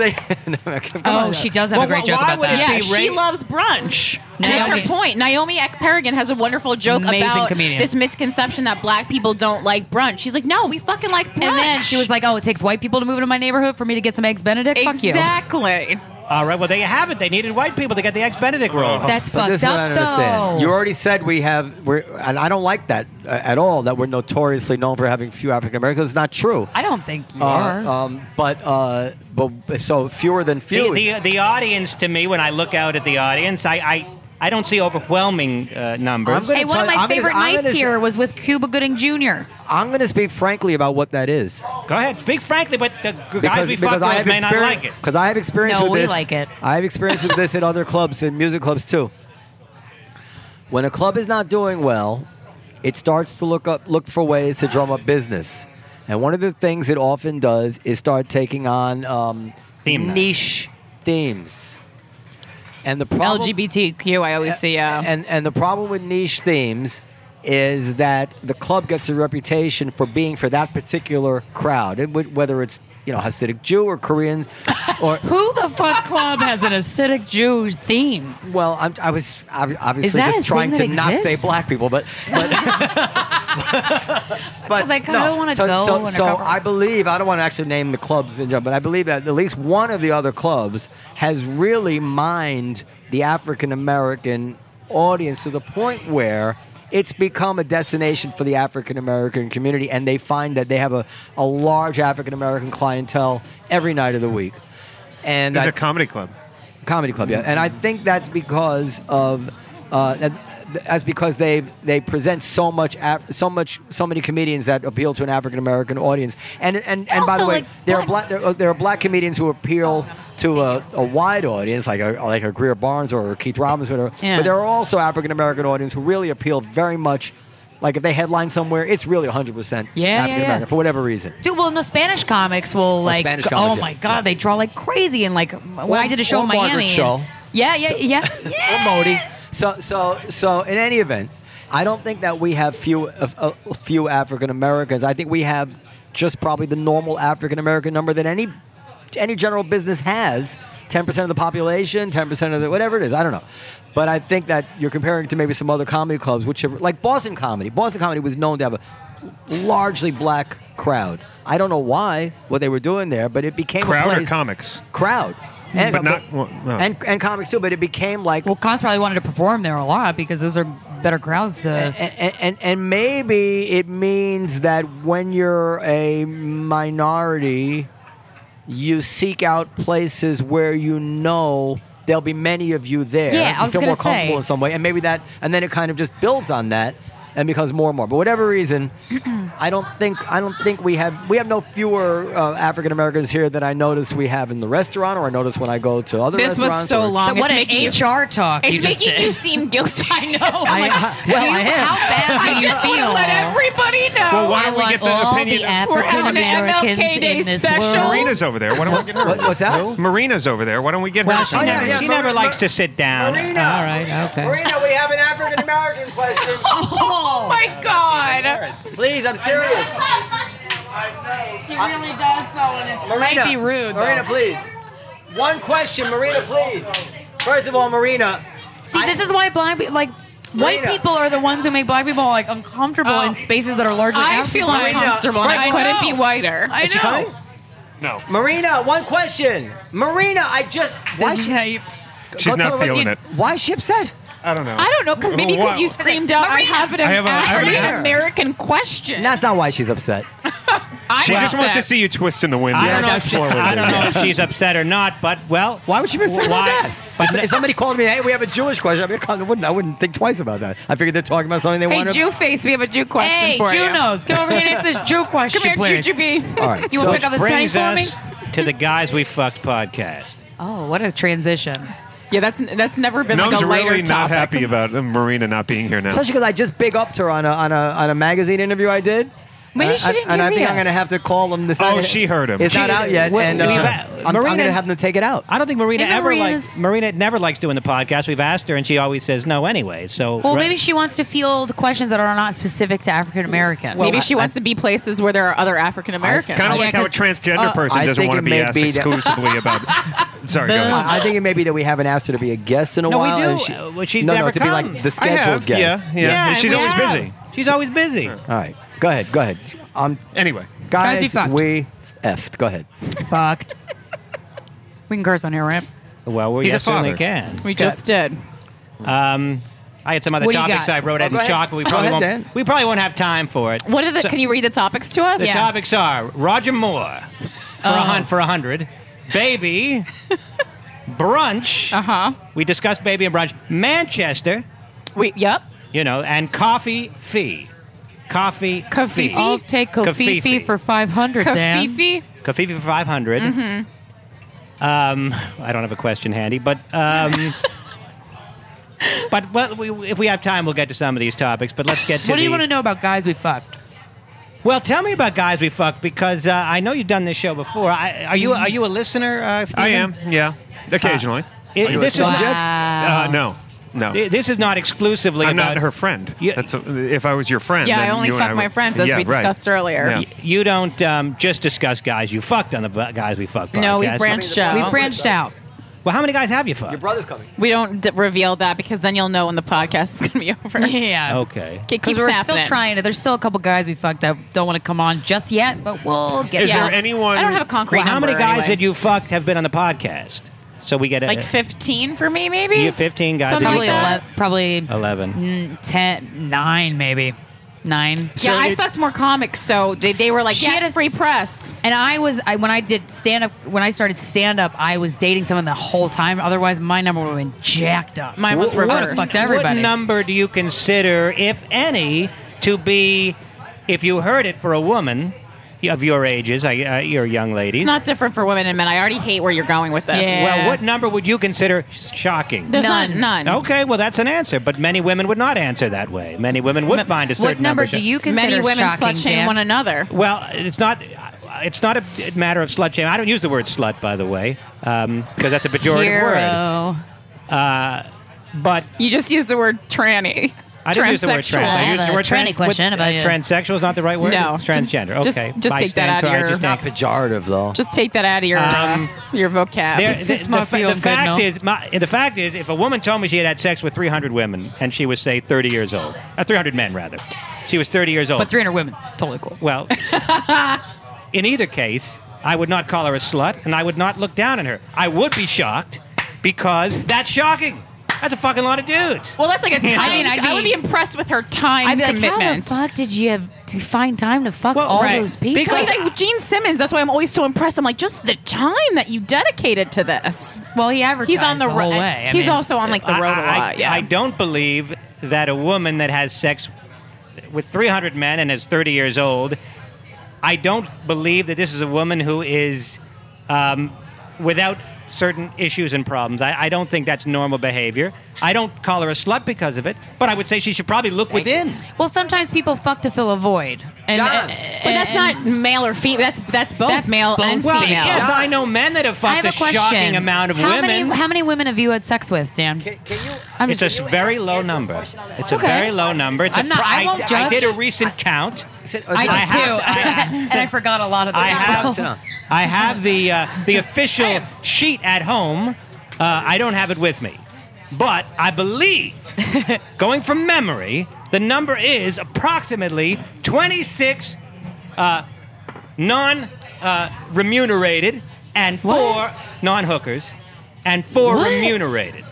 they Oh, she does have a Well, great wh- joke why about would that. it Yeah, be she ra- loves brunch. And Naomi- that's her point. Naomi Ekperigin has a wonderful joke Amazing about comedian. this misconception that black people don't like brunch. She's like, no, we fucking like brunch. And then she was like, "Oh, it takes white people to move into my neighborhood for me to get some eggs Benedict. Fuck you." exactly. All right. Well, there you have it. They needed white people to get the ex Benedict role. That's But fucked this is up, what I don't understand. though. You already said we have, we're, and I don't like that uh, at all. That we're notoriously known for having few African Americans. It's not true. I don't think you Uh, are. um, but uh, but so fewer than few. the, is- the, the audience to me, when I look out at the audience, I I, I don't see overwhelming uh, I'm numbers. gonna hey, one tell of you- my I'm gonna- favorite I'm nights gonna- here was with Cuba Gooding Jr. I'm going to speak frankly about what that is. Go ahead, speak frankly, but the g- guys we fucked with may not like it. Because I have experience No, with we this. like it. I have experience with this at other clubs and music clubs too. When a club is not doing well, it starts to look up look for ways to drum up business. And one of the things it often does is start taking on um, Theme night. niche themes. And the problem LGBTQ, I always see. Uh, and and the problem with niche themes is that the club gets a reputation for being for that particular crowd, and wh- whether it's you know Hasidic Jew or Koreans, or Who the fuck club has an acidic Jew theme? well, I'm, I was ob- Is obviously that a just trying to thing that not say exists? black people, but but. But 'Cause I kinda wanna so, go So, undercover. so I believe I don't want to actually name the clubs, in general, but I believe that at least one of the other clubs has really mined the African American audience to the point where it's become a destination for the African American community, and they find that they have a, a large African American clientele every night of the week. And It's I- a comedy club. comedy club, yeah. And I think that's because of uh, that- that's because they they present so much Af- so much so many comedians that appeal to an African American audience. And and, and, by the also, way, like, there are black black- there, are- there are black comedians who appeal to a, a wide audience like a like a Greer Barnes or Keith Robbins, whatever. Yeah. But there are also African American audience who really appeal very much. Like if they headline somewhere, it's really 100 percent Yeah, yeah, yeah. African American for whatever reason. Dude, well, no, Spanish comics will like. Spanish comics, oh yeah. my god, they draw like crazy and like. When I did a show or in Margaret Miami. Cho. Yeah, yeah, yeah. yeah. or Modi. So, so, so, in any event, I don't think that we have few, a, a few African Americans. I think we have just probably the normal African American number that any, any general business has. Ten percent of the population, ten percent of the whatever it is, I don't know. But I think that you're comparing it to maybe some other comedy clubs, which have, like Boston comedy. Boston comedy was known to have a largely black crowd. I don't know why what they were doing there, but it became Crowd a or place, comics? Mm, crowd. And, But not- well, no. and and comics too, but it became like Well, Cons probably wanted to perform there a lot because those are better crowds to. and, and and maybe it means that when you're a minority, you seek out places where you know there'll be many of you there. Yeah, I you was feel more gonna say. comfortable in some way, and maybe that, and then it kind of just builds on that and becomes more and more. But whatever reason, I don't think I don't think we have we have no fewer uh, African Americans here than I notice we have in the restaurant, or I notice when I go to other this was restaurants. so or- long. it's what an making you- HR talk you It's just making did. uh, you seem guilty. I know. I- like, I- well, I am. How bad do I you just want to feel? let everybody know. Well, why I don't we want get the all opinion? the of- We're African having an Americans MLK Day in this special. world. Marina's over there. Why don't we get her? What- what's that? Marina's over there. Why don't we get her? Well, she Oh, yeah, never, yeah, she Mar- never Mar- likes to sit down. Marina. All right. Okay. Marina, we have an African American question. Oh my god. Please, I'm serious. He really does so, and it might be rude. Marina, please. One question, Marina, please. First of all, Marina. See, this is why black people, like, white Marina. people are the ones who make black people, like, uncomfortable Oh. in spaces that are largely I African. feel Marina, uncomfortable. and first I of all- couldn't be whiter. I Is she know. coming? No, Marina, one question. Marina, I just. Why This is she- how you- go she's tell not her what feeling you- it. Why is she upset? I don't know. I don't know because maybe Well, because you why- screamed out, I Marina. have an I have a- I have an- African American question. That's not why she's upset. I'm She just wants to upset. see you twist in the wind. I don't know, that's if, she, forward, I don't yeah. know if she's upset or not, but well, Why would she be upset about Why- that? but- If- if somebody called me, hey, we have a Jewish question, I'd be I wouldn't, I wouldn't think twice about that. I figured they're talking about something they Hey, want to. Jew face, we have a Jew question Hey, for you. Junos, come over here and answer this Jew question, Come here, please. Juju B. All right, You so- want to pick up this penny brings for me? us to the guys we fucked podcast. Oh, what a transition. Yeah, that's that's never been Noam's like a lighter really not topic. happy about uh, Marina not being here now. Especially because I just big upped her on a, on, a, on a magazine interview I did. Maybe she I- didn't and I hear think Rita. I'm going to have to call them this. Oh, she heard him. It's not She- out yet, Well, and we've- uh, I'm, I'm going to Marina- have them take it out. I don't think Marina Maybe ever likes Marina's- Marina never likes doing the podcast. We've asked her, and she always says no anyway. So Well, right- maybe she wants to field questions that are not specific to African American. Maybe she wants to be places where there are other African Americans. Kind of like how a transgender person I doesn't think want it to be may asked be that- exclusively about. Sorry, go ahead. I I think it may be that we haven't asked her to be a guest in a No, we while. do. and Uh, well, she no, no, never to be comes. like the I scheduled have, guest. yeah, yeah. yeah, She's we always have. busy. She's always busy. All right, go ahead, go ahead. Um, Anyway, Guys, you guys, fucked. we effed. Go ahead. fucked. we can curse on here, right? Well, we He's a yes, certainly father. can. We just did. I had some other What do you topics got? I wrote out go in ahead. chalk, but we Go probably ahead, won't. Dan. We probably won't have time for it. What are the? So- can you read the topics to us? The topics are Roger Moore Oh. for a hunt for a hundred, baby, brunch. Uh huh. We discussed baby and brunch. Manchester, We. Yep. you know, and coffee fee, coffee Coffee fee. fee? I'll take Kofifi Kofifi. for 500, Dan. Kafifi. coffee fee for five Mm-hmm. Um, I don't have a question handy, but um, but well, we, if we have time, we'll get to some of these topics. But let's get to What do you the- want to know about guys we fucked? Well, tell me about guys we fucked because uh, I know you've done this show before. I, are Mm-hmm. you are you a listener? Uh, Stephen? I am. Yeah, occasionally. It- Are you a this is not, subject? Uh, no, no. this is not exclusively I'm about not her friend. Yeah. That's if I was your friend. Yeah, I then only you and fuck my would- friends, as Yeah, we right. discussed earlier. Yeah. Y- You don't um, just discuss guys you fucked on the v- guys we fucked. No, we've podcast. branched out. We've branched out. Well, how many guys have you fucked? brother's coming. We don't d- reveal that because then you'll know when the podcast is going to be over. Yeah. Okay. It Because keeps we're happening. still trying to. There's still a couple guys we fucked that don't want to come on just yet, but we'll get Is yeah. there anyone? I don't have a concrete Well, how many number guys anyway. that you fucked have been on the podcast? So we get a, Like 15 for me, maybe? You have 15 guys that Something Probably, you like that. fucked. ele- probably eleven. Mm, 10, 9 maybe. 9. Yeah, So I it- fucked more comics, so they, they were like, She yes, had a s- free press. And I was I when I did stand up when I started stand up, I was dating someone the whole time. Otherwise, my number would have been jacked up. Mine was I would've reversed. fucked everybody. What number do you consider, if any, to be, if you heard it for a woman of your ages, I, uh, you're young ladies. It's not different for women and men. I already hate where you're going with this. Yeah. well, what number would you consider shocking? There's none. None. None. Okay, well, that's an answer, but many women would not answer that way. Many women would find a certain what number shock- do you consider Many women shocking, slut shame Dan? one another. Well, it's not. It's not a matter of slut shame. I don't use the word slut, by the way, because that's a pejorative word. Uh, Hero. But You just use the word tranny. I didn't use the word Transsexual. trans. I I have used the a word tranny tran- question what- about uh, you. Transsexual is not the right word. No. It's transgender. Just- Okay, just By take that stand out of cor- I your- just Not stand- pejorative though. Just take that out of your uh, Um, your vocab. There- It's the, just the my fa- feel the good fact now. is, my, the fact is, if a woman told me she had had sex with 300 women and she was say 30 years old, uh, 300 men rather, she was 30 years old. But 300 women, totally cool. well, in either case, I would not call her a slut and I would not look down on her. I would be shocked because that's shocking. That's a fucking lot of dudes. well, that's like a time. I, mean, I'd I would be be- impressed with her time I'd be like, commitment. how the fuck did you have to find time to fuck Well, all right. those people? Because- like, like Gene Simmons, that's why I'm always so impressed. I'm like, just the time that you dedicated to this. well, he advertised He's on the, whole road. way. I He's mean, also on like the road a I- I- lot. Yeah, I don't believe that a woman that has sex with 300 men and is 30 years old, I don't believe that this is a woman who is um, without certain issues and problems. I, I don't think that's normal behavior. I don't call her a slut because of it, but I would say she should probably look within. Well, sometimes people fuck to fill a void. And, uh, John. but that's not male or female. That's that's both That's male both and Well, female. yes, I know men that have Oh, I have fucked a, a question. shocking amount of how women. Many, how many women have you had sex with, Dan? Can, can you? I'm it's a s- very low number. It's a Okay. very low number. It's a I'm not- pro- I won't I did a judge. recent count. I did I have- too. I have- and I forgot a lot of them. I sit down. have, I have the uh, the official sheet at home. Uh, I don't have it with me, but I believe, going from memory, the number is approximately 26 uh, non-remunerated and four non-hookers and four remunerated.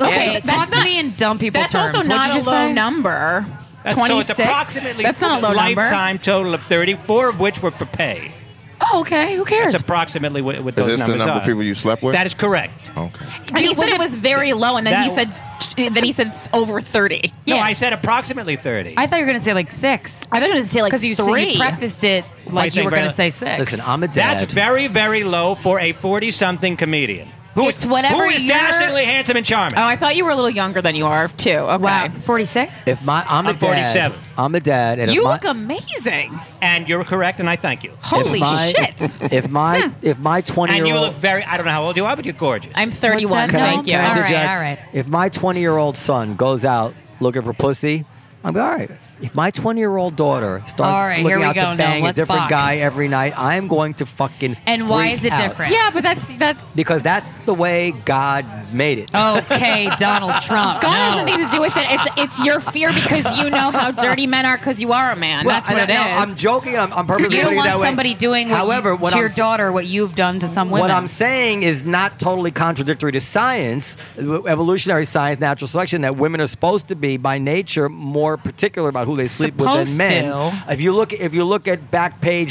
Okay, That's talk to not- me in dumb people that's terms. also What'd you not a low just say? number. Twenty So six. it's approximately that's not a low number. lifetime total of 30, four of which were for pay. Oh, okay. Who cares? That's approximately what, what Is those this the numbers number are. of people you slept with? that is correct. okay. And he Dude, said was it it- was very low, and then he said That- then he said over thirty. No, Yeah. I said approximately 30. I thought you were going to say like six. I thought it was say like Because you, so three. you prefaced it like saying you were going very- to say six. Listen, I'm a dad. That's very, very low for a 40 something comedian. Who It's whatever Who is you're- dashingly handsome and charming? Oh, I thought you were a little younger than you are too. Okay. Wow, 46? If my I'm a I'm dad, 47. I'm a dad, and You if my, look amazing. and you're correct, and I thank you. if Holy my, shit. If my if my twenty And year you look old very, I don't know how old you are, but you're gorgeous. I'm 31. What's that? Thank No, you. All right, interject. all right. If my 20 year old son goes out looking for pussy, I'm like, all right. If my 20 year old daughter starts All right, here looking we out go to now. bang a Let's different box. guy every night, I'm going to fucking. And why freak is it out. different? Yeah, but that's that's Because that's the way God made it. Oh, Okay, Donald Trump. God no. has nothing to do with it. It's it's your fear because you know how dirty men are because you are a man. Well, That's what I- it is. no, I'm joking. I'm, I'm purposely You don't putting want it that way. somebody doing what However, you, what to I'm your s- daughter what you've done to some women. What I'm saying is not totally contradictory to science, evolutionary science, natural selection, that women are supposed to be by nature more particular about who they sleep with than Supposed men. to. If you look if you look at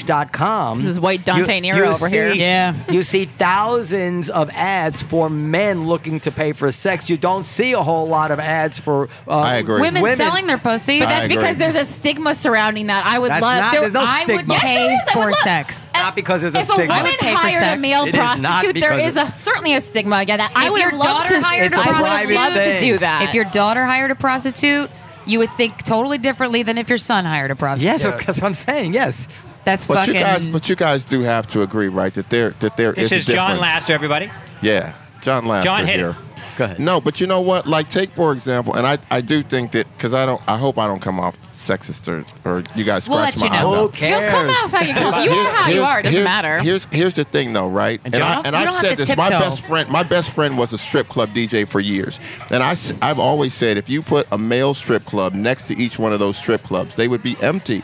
backpage.com This is white Dante you, Nero you over here. see- Yeah. You see thousands of ads for men looking to pay for sex. You don't see a whole lot of ads for uh, I agree. women, women- selling their pussy. But That's I agree. because there's a stigma surrounding that. I would That's love. not- there- there's no I stigma. would. Yes, Pay there is. I would for love- sex. Not because there's a if stigma. a woman I would pay for hired a sex. male It is not prostitute, there because is of- a certainly a stigma again. That I If would your have loved daughter to. hired It's a I would have private loved thing. to do that. If your daughter hired a prostitute, you would think totally differently than if your son hired a prostitute. Yes, that's what I'm saying. Yes. That's But you fucking. guys, but you guys do have to agree, right? That there, that there this a is John difference. Laster, everybody. Yeah, John Laster John, hit it. here. Go ahead. No, but you know what? Like, take for example, and I, I do think that because I don't, I hope I don't come off sexist or, or you guys We'll scratch let you my know. eyes Who out. cares? You'll come off how you come. Here's- You here's- are how you here's- are. It doesn't here's- matter. Here's here's the thing though, right? And, I John, and you I've don't have said to this. My tiptoe. best friend, my best friend was a strip club DJ for years, and I have always said if you put a male strip club next to each one of those strip clubs, they would be empty.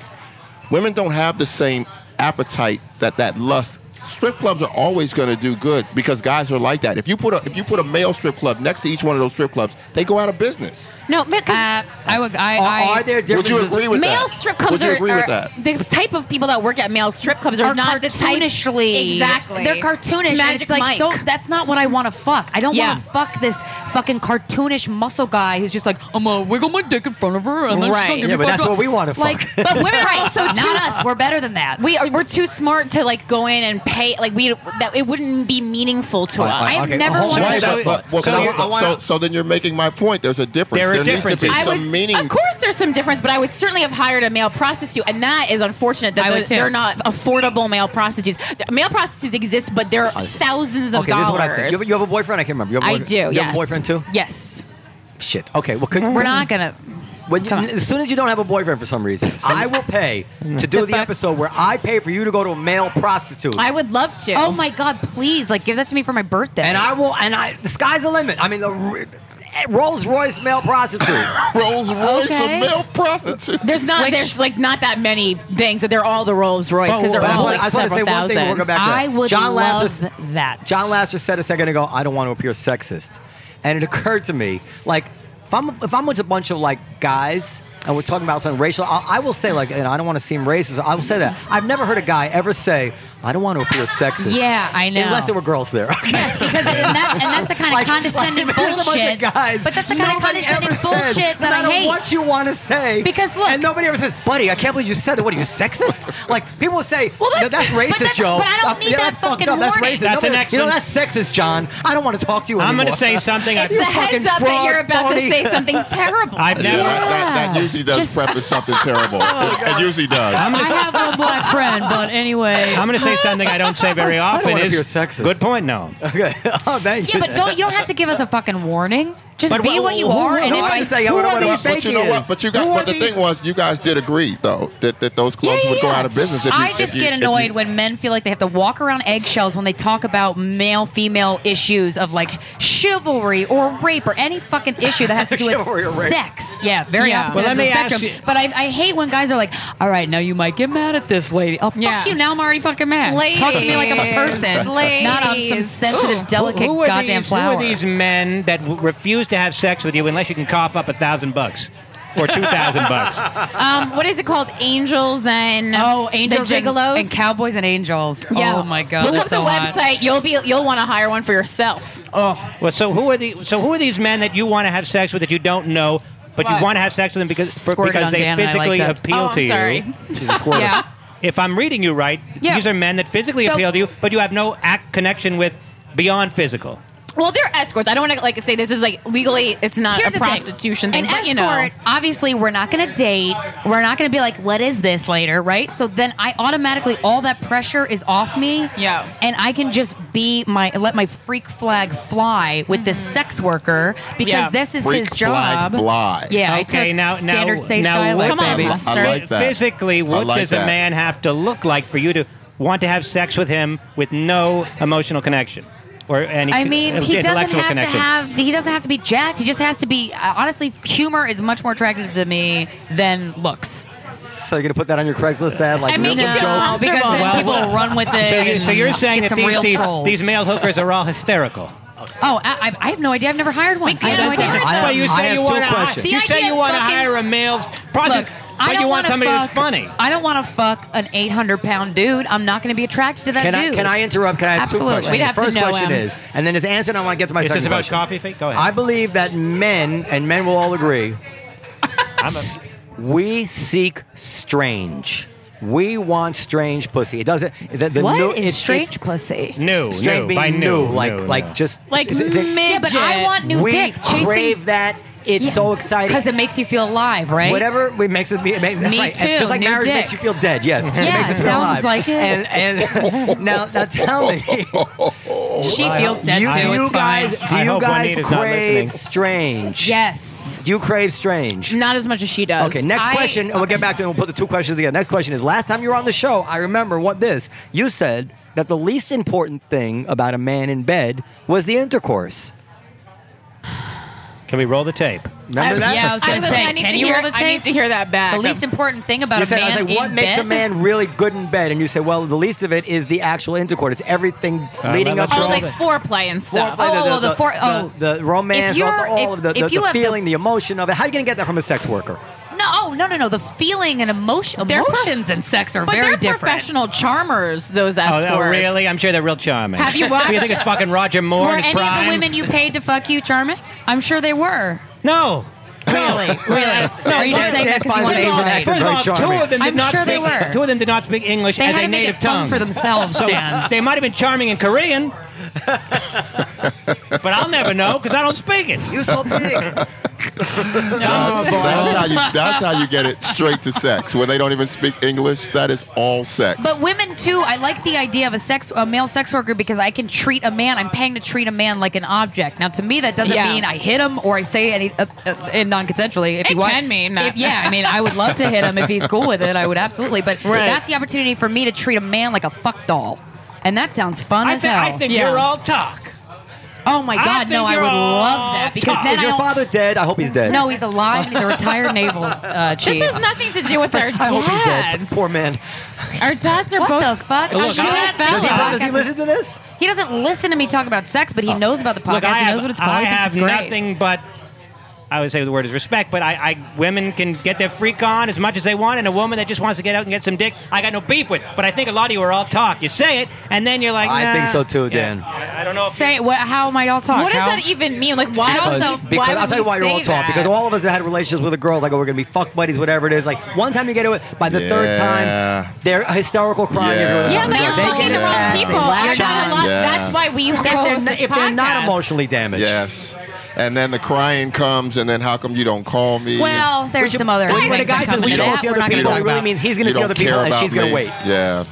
Women don't have the same appetite that that lust. Strip clubs are always going to do good because guys are like that. If you put a if you put a male strip club next to each one of those strip clubs, they go out of business. no, because Uh, I would. I, Are, I, are there Would differences? you agree with that? male strip clubs Would you are, agree with are- that? the type of people that work at male strip clubs are, are not the type cartoonishly exactly They're cartoonish. It's and Magic it's like Mike. don't. That's not what I want to fuck. I don't Yeah. want to fuck this fucking cartoonish muscle guy who's just like I'm gonna wiggle my dick in front of her and then she's Right. gonna give Yeah, me but that's fucked what up." we wanna fuck. Like, but women are also not too us. We're better than that. We are we're too smart to like go in and pay like we that it wouldldn't be meaningful to Oh, us. oh, I've okay. never Well, hold wanted to. on. So- But, but, but, so no, you're- but so, so then you're making my point. There's a difference. There There, are needs to be differences. some would- meaning. Of course, there's some difference, but I would certainly have hired a male prostitute, and that is unfortunate that I would they're, too. they're not affordable male prostitutes. Male prostitutes exist, but they're I see. thousands of okay, dollars. this is what I think. You have, you have a boyfriend? I can't remember. You have a I boyfriend? do, You have yes. a boyfriend too? yes, Shit. Okay. Well, could, we're not gonna. When you, Come on. as soon as you don't have a boyfriend for some reason, I will pay to do the fuck? episode where I pay for you to go to a male prostitute. I would love to. Oh my god! Please, like, give that to me for my birthday. and I will, and I, the sky's the limit. I mean, the r- Rolls Royce male prostitute. Rolls Royce Okay. a male prostitute. There's not Which- there's like not that many things that they're all the Rolls Royce because they're But I all wanna- like I just want to several say one thing. We'll go thousand. back to I that. would John love Lasser, that. John Lasser said a second ago, I don't want to appear sexist, and it occurred to me, like, if I'm if I'm with a bunch of like guys. And we're talking about something racial. I, I will say, like, and I don't want to seem racist. I will say that I've never heard a guy ever say, "I don't want to appear sexist." Yeah, I know. Unless there were girls there. Okay. Yes, because and, that, and that's the kind of Like- condescending like, there's a bullshit. bunch of guys, but that's the kind of nobody condescending ever bullshit that said, no matter I hate. what you want to say. Because look- and nobody ever says, "Buddy, I can't believe you said that." What are you sexist? like people will say, "Well, that's, no, that's racist, but that's- Joe." but I don't Uh, need yeah, that that's fucked fucking up. That's warning." racist. That's an Nobody- you know that's excellent- sexist, John. I don't want to talk to you I'm anymore. going to say something. It's I- the You fucking heads up that fraud, you're about phony. to say something terrible. I've Yeah, never. That, that, that usually does Just- preface something terrible. it, it usually does. I'm I going to. have one black friend, but anyway. I'm going to say something I don't say very don't often. wanna is be a sexist. good point. No, Okay. oh, thank yeah, you. but don't you don't have to give us a fucking warning. Just But be wh- what you who- are. who and am if I I, to say I Who don't know are what a these- but fake you know what? is? But you got. Who But are the these- thing was, you guys did agree though that, that those yeah, clubs yeah, would go yeah. out of business. If you, I if just you- get if annoyed you- when men feel like they have to walk around eggshells when they talk about male female issues of like chivalry or rape or any fucking issue that has to do Chivalry with or rape. sex. Yeah, very Yeah. opposite Well, let ends of the me ask spectrum. you- But I, I hate when guys are like, "All right, now you might get mad at this lady." Oh, fuck Yeah. you! Now I'm already fucking mad. Talk to me like I'm a person, Ladies. not on some sensitive, Ooh. delicate, who, who are goddamn these, flower. Who are these men that w- refuse to have sex with you unless you can cough up a thousand bucks or two thousand bucks? Um, what is it called? Angels and Oh, angels the and, gigolos and cowboys and angels. Yeah. Oh my god, Look they're up so the hot. website. You'll be you'll want to hire one for yourself. Oh, Well, so who are the so who are these men that you want to have sex with that you don't know, but you What? want to have sex with them because for, Squirted because on they Dan and I physically liked it. appeal oh, to I'm sorry. you. She's a squirter. yeah. If I'm reading you right, Yeah. these are men that physically So- appeal to you, but you have no act connection with beyond physical. Well, they're escorts. I don't want to like say this is like legally, it's not Here's a the thing. prostitution thing. An but, escort, you know. obviously, we're not going to date. We're not going to be like, "What is this?" later, right? So then, I automatically all that pressure is off me. Yeah. and I can just be my let my freak flag fly with this sex worker because Yeah. this is Freak his flag job. fly. Yeah, I Okay, took now- now- standard safe now dialect. what- Come on, baby. I I like that. Physically, I what like does that. a man have to look like for you to want to have sex with him with no emotional connection or any I mean, he doesn't intellectual have connection? to have. He doesn't have to be jacked. He just has to be. Uh, honestly, humor is much more attractive to me than looks. So you're gonna put that on your Craigslist ad, like I mean, make some you feel jokes. comfortable. because then Well, people well, run with it. so, you, and so you're saying get that some these, real these, trolls. these male hookers are all hysterical. Oh, I, I- I have no idea. I've never hired one. I have no can't afford idea. it. I That's why have- you I say have you two want to questions. you The say idea you want to fucking- hire a male Look, prostitute, I but don't you want wanna somebody that's fuck- funny. I don't want to fuck an 800 pound dude. I'm not going to be attracted to that Can I, dude. can I interrupt? Can I have Absolutely. two questions? We'd the have to first know question him. is, and then his answer, and I want to get to my Is second this about question. coffee fake? Go ahead. I believe that men, and men will all agree, I'm a- we seek strange. We want strange pussy. It doesn't. The, the What is new, it's- strange it's- pussy? new, strange new, being by new, new, like new, like new. just Like is it- is it- mid- Yeah, but I Midget. want new we dick chasing crave that. It's so exciting. because it makes you feel alive, right? Whatever it makes it, it makes that's Me right. too, Just like new marriage dick. makes you feel dead. Yes. it Yeah, makes us feel sounds alive. like it. And and now now tell me. She feels dead you, too. do you it's fine. guys, do I you hope guys Juanita's not listening. crave strange? Yes. Do you crave strange? Not as much as she does. Okay, next I- question, and we'll get back to it. and We'll put the two questions together. Next question is: Last time you were on the show, I remember what this. You said that the least important thing about a man in bed was the intercourse. Can we roll the tape? Remember that? yeah, I was I, gonna was, say, I need can to you hear. roll the I tape? need to hear that back. The least important thing about you a said, man I was like, what in makes bed? a man really good in bed? And you said, well, the least of it is the actual intercourse. It's everything leading let's up to oh, roll all like it. the foreplay and stuff. foreplay, Oh, well, the fore- oh. the, the romance, all, you're- the, all if- of the, the, if you the have the- feeling, the emotion of it. How are you going to get that from a sex worker? No, no, no, no. The feeling and emotion, They're prof- emotions and sex are but very they're different. professional charmers. Those Oh, escorts. oh, really? I'm sure they're real charming. Have you Do you watched- think it's fucking Roger Moore? Were and his any of prime? the women you paid to fuck you charming? I'm sure they were. No. Really, really. Are you just Brian saying that can't because you find want to an Asian lie? accent First of very all, charming. two of them did I'm not sure they speak. were. Two of them did not speak English They as had to a make it native fun tongue for themselves, So Dan. they might have been charming in Korean, but I'll never know because I don't speak it. You so big. That's, that's how you. That's how you get it straight to sex when they don't even speak English. That is all sex. But women too. I like the idea of a sex, a male sex worker, because I can treat a man. I'm paying to treat a man like an object. Now, to me, that doesn't Yeah. mean I hit him or I say any uh, uh, and non-consensually. If It you want, can mean that. If- yeah, I mean, I would love to hit him if he's cool with it. I would absolutely. But Right. that's the opportunity for me to treat a man like a fuck doll, and that sounds fun I, as thi- hell. I think Yeah. you're all talk. oh my I god, no! think I would you're all love that because tough. then Is I your don't- father dead? I hope he's dead. No, he's alive. and He's a retired naval uh, chief. This has nothing to do with our I hope he's dead. dads. Poor man. Our dads are what both. the fuck? Look, I'm sure I- that Does he, fellow- does he listen to this? He doesn't listen to me talk about sex, Oh. but he knows about the podcast. I he have, knows what it's called. I he thinks have it's great. nothing but. I would say the word is respect, but I, I women can get their freak on as much as they want, and a woman that just wants to get out and get some dick, I got no beef with. But I think a lot of you are all talk. You say it, and then you're like, I nah. think so too, Yeah. Dan. I, I don't know if Say what? How am I all talking? What does that even mean? Like, why? Because- also, because why would I'll tell you we why you're all say talk. that? Because all of us that had relationships with a girl, like, oh, we're gonna be fuck buddies, whatever it is. Like one time you get to it, by the third Yeah. time, they're hysterical crying. Yeah. everywhere. Yeah, but Yeah. you're They fucking get the wrong attached, people. they You're latch not on. allowed. Yeah. That's why we If they're, co-host not, this if they're not podcast. emotionally damaged, yes. And then the crying comes, and then how come you don't call me? Well, there's Which- some other. when- things when a guy that says come we into don't that. see We're other not people, gonna it talk really about. means he's you gonna see don't other people care and about she's gonna me. wait. Yeah.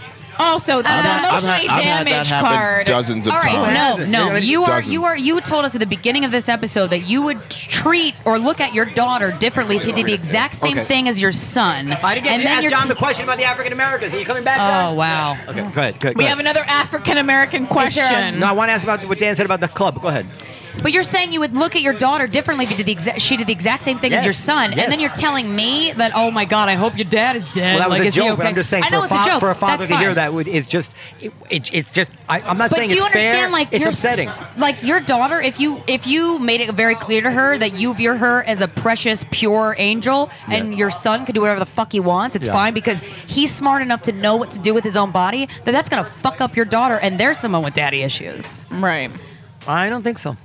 Also, the I've had, I've emotionally had, I've had that damaged happen card. dozens of All times. right, Dozens. no, no. Dozens. You are, Dozens. you are, you told us at the beginning of this episode that you would treat or look at your daughter differently if you did the exact same Okay. thing as your son. I didn't get and to then ask you're John t- the question about the African Americans. Are you coming back, Oh John? wow. Okay, go ahead. Go ahead. We go have ahead. another African American question. No, I want to ask about what Dan said about the club. Go ahead. But you're saying you would look at your daughter differently if you did the exa- she did the exact same thing as Yes, your son, yes. and then you're telling me that oh my god, I hope your dad is dead. Well, that was like, a is he joke, but okay? I'm just saying I for know a, it's a fa- joke. for a father That's to hear fine. that would is just it, it, it's just I, I'm not But saying do you it's understand? fair. Like it's your, upsetting. s- Like your daughter, if you if you made it very clear to her that you view her as a precious, pure angel, and Yeah. your son could do whatever the fuck he wants, it's Yeah. fine because he's smart enough to know what to do with his own body. Then that's gonna fuck up your daughter, and there's someone with daddy issues. Right. I don't think so.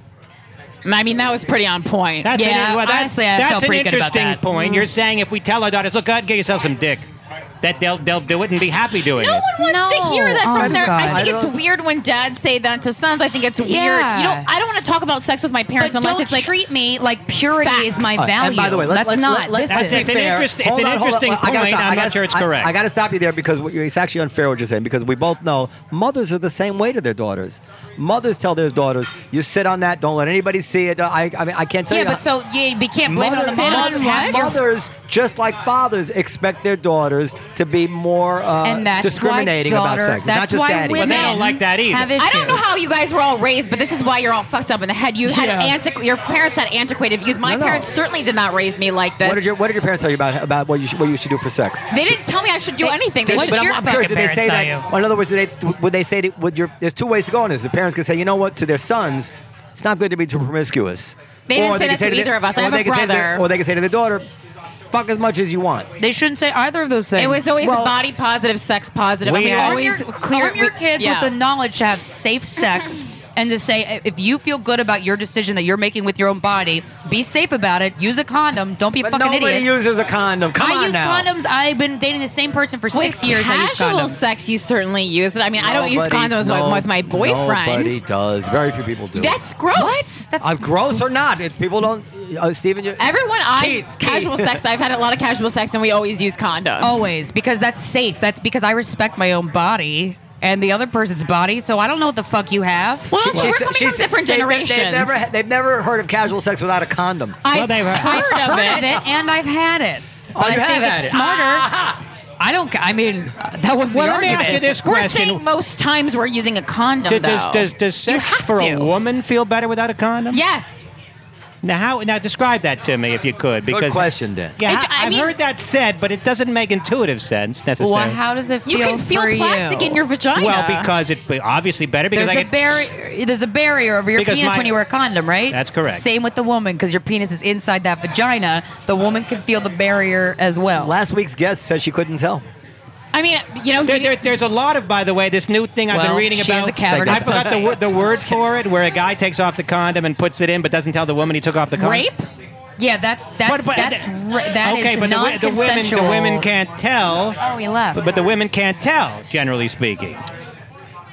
I mean, that was pretty on point. That's Yeah, an, well, that's, honestly, I that's felt an pretty good about interesting that. Mm-hmm. point. You're saying if we tell our daughters, look, go ahead and get yourself some dick. that they'll they'll do it and be happy doing No it. one wants to No. hear that Oh, from their. God. I think I it's don't- weird when dads say that to sons. I think it's weird. Yeah. You know, I don't want to talk about sex with my But parents unless don't it's like treat me like purity is my All right, value. And by the way, let's, that's let's, not. Let's, this let's is. be It's an fair. interest- it's Hold an on, hold interesting on. I gotta point. stop. I'm I not gotta- sure it's I- correct. I, got to stop you there because what you, it's actually unfair what you're saying because we both know mothers are the same way to their daughters. Mothers tell their daughters, "You sit on that. Don't let anybody see it." I, I mean, I can't tell yeah, you. but so yeah, we can't blame it on Mothers, the moms. on what? Have your- mothers, just like fathers, expect their daughters to be more uh, And that's why discriminating daughter- about sex. that's not just why daddy. But women- they don't like that either. Have I don't know issues. how you guys were all raised, but this is why you're all fucked up in the head. You had Yeah. antiqu- your parents had antiquated views. My No, no. parents certainly did not raise me like this. what did your What did your parents tell you about about what you should, what you should do for sex? they didn't tell me I should do anything. They What's But should- I'm- your I'm, curious. fucking Did they say that? parents tell Or in other words, did they, would they say that? Would your, there's two ways to go on this. The parents can say, you know what, to their sons, it's not good to be too promiscuous. They didn't Or say can that to their- either of us. I or have a they can say to their- brother. or they can say to their daughter, fuck as much as you want. They shouldn't say either of those things. it was always Well- body positive, sex positive. We I mean, had- arm always your, clear arm your we- kids yeah. with the knowledge to have safe sex and to say if you feel good about your decision that you're making with your own body, be safe about it. Use a condom. Don't be a But fucking nobody idiot. uses a condom. Come I on use now. condoms. I've been dating the same person for With six years. I use casual condoms. sex, you certainly use it. I mean, I don't use Nobody- condoms no- with, with my boyfriend. Nobody does. Very few people do. That's gross. That's uh, gross or not. If people don't, uh, Stephen, you, Everyone, I Keith, Keith. casual sex. I've had a lot of casual sex, and we always use condoms. always because that's safe. That's because I respect my own body and the other person's body. So I don't know what the fuck you have. Well, also, we're She's- coming she's- from different they've- generations. They've, never, they've never heard of casual sex without a condom. I've they were- heard, of, Heard of it. it. and I've had it. But Oh, you I have think had it's it. Ah. smarter. I don't. ca- I mean, that was Well, the let me argument. ask you this We're question. saying most times we're using a condom, does, though. does, does, does You sex have for to. a woman feel better without a condom? Yes. Now how? Now describe that to me if you could, because Good question, Dan. It- Yeah, I I, have mean- heard that said, but it doesn't make intuitive sense necessarily. Well, how does it feel? You can feel for plastic you? in your vagina. Well, because it obviously better because There's I a get- barrier. There's a barrier over your Because penis my- when you wear a condom, right? That's correct. Same with the woman, because your penis is inside that vagina. The woman can feel the barrier as well. Last week's guest said she couldn't tell. I mean, you know, There, there, there's a lot of, by the way, this new thing I've Well, been reading she about. has a cavernous I forgot the, pussy. wor- the words for it, where a guy takes off the condom and puts it in, but doesn't tell the woman he took off the condom. rape. yeah, that's that's But- but- that's ra- that is okay, but the, wo- the women the non-consensual. women can't tell. Oh, he left. But, but the women can't tell, generally speaking.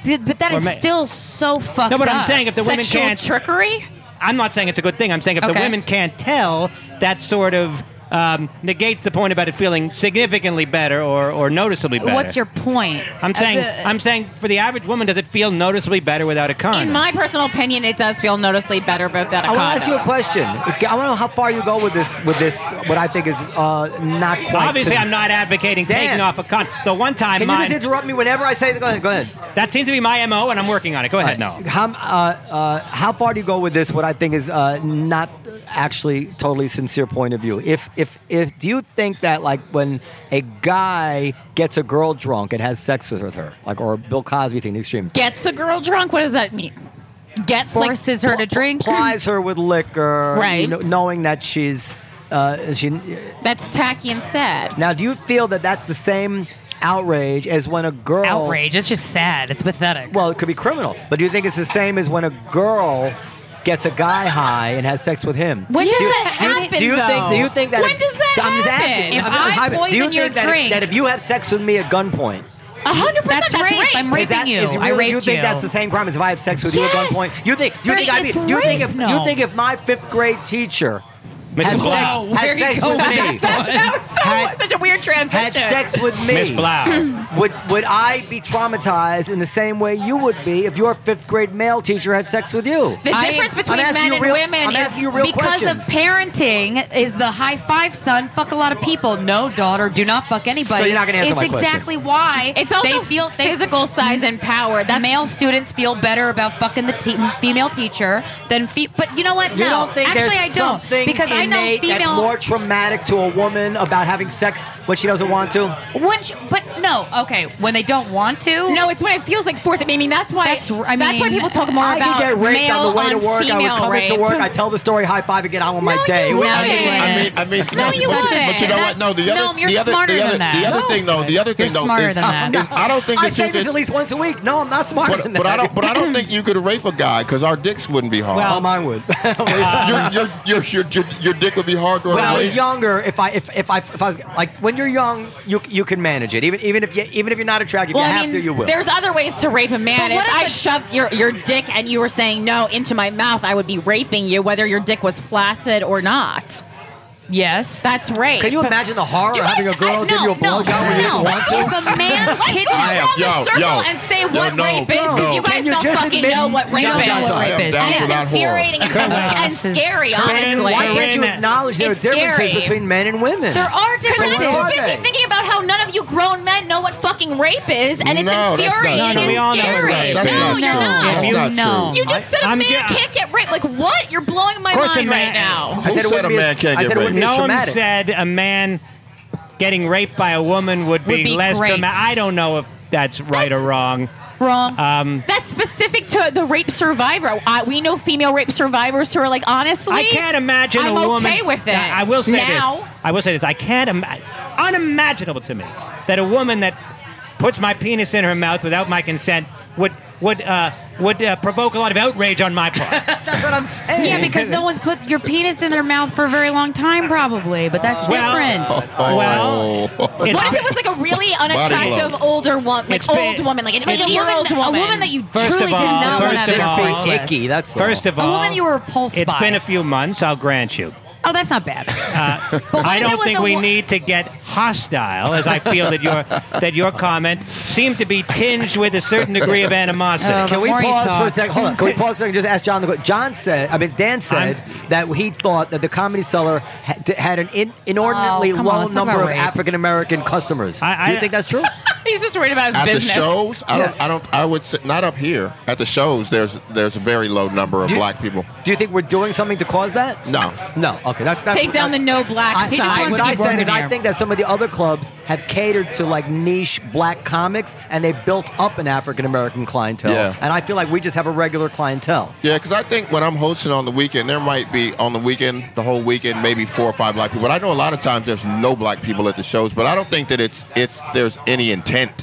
But, but that Or is ma- still so fucked No, but I'm up. saying if the women Sexual can't, trickery. I'm not saying it's a good thing. I'm saying if the Okay. women can't tell, that sort of um, negates the point about it feeling significantly better or, or noticeably better. What's your point? I'm Uh, saying the- I'm saying for the average woman, does it feel noticeably better without a condom? In my personal opinion, it does feel noticeably better without a I condom. want to ask you a question. I want to know how far you go with this. With this, what I think is uh, not quite. Obviously, to- I'm not advocating Dan. taking off a condom. The one time Can you mine, just interrupt me whenever I say? Go ahead. Go ahead. that seems to be my mo, and I'm working on it. Go ahead. No. How, uh, uh, how far do you go with this? What I think is uh, not actually totally sincere point of view. If if if do you think that like when a guy gets a girl drunk and has sex with her, like or a Bill Cosby thing, the extreme, Gets a girl drunk. What does that mean? Gets like, forces her to drink. plies her with liquor, Right. kno- knowing that she's uh, she. That's tacky and sad. Now, do you feel that that's the same outrage as when a girl Outrage. It's just sad. It's pathetic. Well, it could be criminal, but do you think it's the same as when a girl? Gets a guy high and has sex with him. When do does you, that do you- happen, Do you think? Do you though? think that? When does that I'm just happen? asking. If I'm- I'm I hyping. do you poison your think that, drink- that if you have sex with me at gunpoint, hundred percent. That's rape. I'm is that, raping you. is I really- raped you think you. that's the same crime as if I have sex with you at Yes. gunpoint? You think? Do you Right, think? I it's mean, do you think rape. if No. you think if my fifth grade teacher had Mrs. sex, Blau. had sex with me, that was so, Had- such a weird transition. had sex with me, Miss Blau. Would would I be traumatized in the same way you would be if your fifth grade male teacher had sex with you? The I- difference I'm between asking men you and real- women I'm is asking you real because questions. of parenting is the high five son fuck a lot of people no daughter do not fuck anybody So you're not gonna answer it's my question. exactly why it's also they feel they, physical size and power. That's male students feel better about fucking the te- female teacher than fe- but you know what You no don't think actually there's I don't something because I know innate that's female more traumatic to a woman about having sex when she doesn't want to? Wouldn't you- but No, okay. When they don't want to. No, it's when it feels like force. I mean, that's why. That's- I that's why mean- people talk more I about could get raped male on the way to on work. I would female come rape. into work. I tell the story, high five, and get on with my No, day. you It wouldn't wouldn't. be- I mean, I mean, No, that's- you but, wouldn't. but you know what? No, the other, Nope, you're the other, smarter the than other, that. the other No. thing, though, the other thing, You're though, smarter is, than that. is I don't think I that you say this could. at least once a week. No, I'm not smart But, than but I that. don't. But I don't think you could rape a guy because our dicks wouldn't be hard. Well, mine would. your, your, your, your, your, your dick would be hard to when I rape. was younger, if I if, if I if I was like when you're young, you you can manage it. Even even if you even if you're not attractive, Well, you I have mean, to. You will. There's other ways to rape a man. But If what if I the- shoved your, your dick and you were saying no into my mouth, I would be raping you, whether your dick was flaccid or not. Yes. That's rape. Can you imagine the horror of having a girl give you a blowjob when you didn't want to? If a man Let's go I am- around the yo, circle yo, and say yo, what no, rape is because no. you guys Can you don't just fucking admit- know what rape John is. Johnson, I am rape is. down for And it's that whore. infuriating and, and scary, And honestly. why can't you acknowledge there are It's differences scary. between men and women? There are Because I'm what too are differences. busy they? thinking about how none of you grown men know what fucking rape is, and it's No, that's not infuriating true. No, no, we all and know it's scary. rape. That's no, not you're true. not. That's You not know. true. You just said a I'm man get- can't get raped. Like what? You're blowing my Of course mind a man- right now. I said Who it said a wouldn't be. man can't I get said it wouldn't be no as one traumatic. said a man getting raped by a woman would be, Would be less great. dramatic. I don't know if that's right or wrong. Wrong. Uh, Hmm. That's specific to the rape survivor. I, we know female rape survivors who are like, honestly, I can't imagine I'm a woman. okay with it. I I will say now. this. I will say this. I can't. Im- unimaginable to me that a woman that puts my penis in her mouth without my consent would would uh, would uh, provoke a lot of outrage on my part. That's what I'm saying. yeah, because no one's put your penis in their mouth for a very long time, probably. But that's Well- different. Well, Oh. it's What if it was like a really unattractive blow. older woman, like It's old ba- woman, like an it's- eight year old a woman, woman that you First truly of did all- not want to first have of all- intercourse with. It's icky. That's all. First of A all, woman you were repulsed It's by. been a few months. I'll grant you. Oh, that's not bad. But what I if there don't was think a we wo- need to get hostile, as I feel that your that your comment seemed to be tinged with a certain degree of animosity. Oh, the Can we more you pause for a talk- second? Hold on. Can we pause for a second? Just ask John the question. John said, I mean, Dan said that he thought that the comedy seller ha- d- had an in- inordinately Oh, come on, low let's talk number about of rape. African American customers. I- Do I- you think that's true? he's just worried about his At the business. shows, I don't, Yeah. I don't, I would say not up here. At the shows, there's there's a very low number of Do you- black people. Do you think we're doing something to cause that? No, No. Okay. That's that's Take down the no black I, sign. I, what to be I said is, I broken think that some of the other clubs have catered to like niche black comics, and they built up an African American clientele. Yeah. And I feel like we just have a regular clientele. Yeah, because I think when I'm hosting on the weekend, there might be on the weekend, the whole weekend, maybe four or five black people. But I know a lot of times there's no black people at the shows, but I don't think that it's it's there's any intent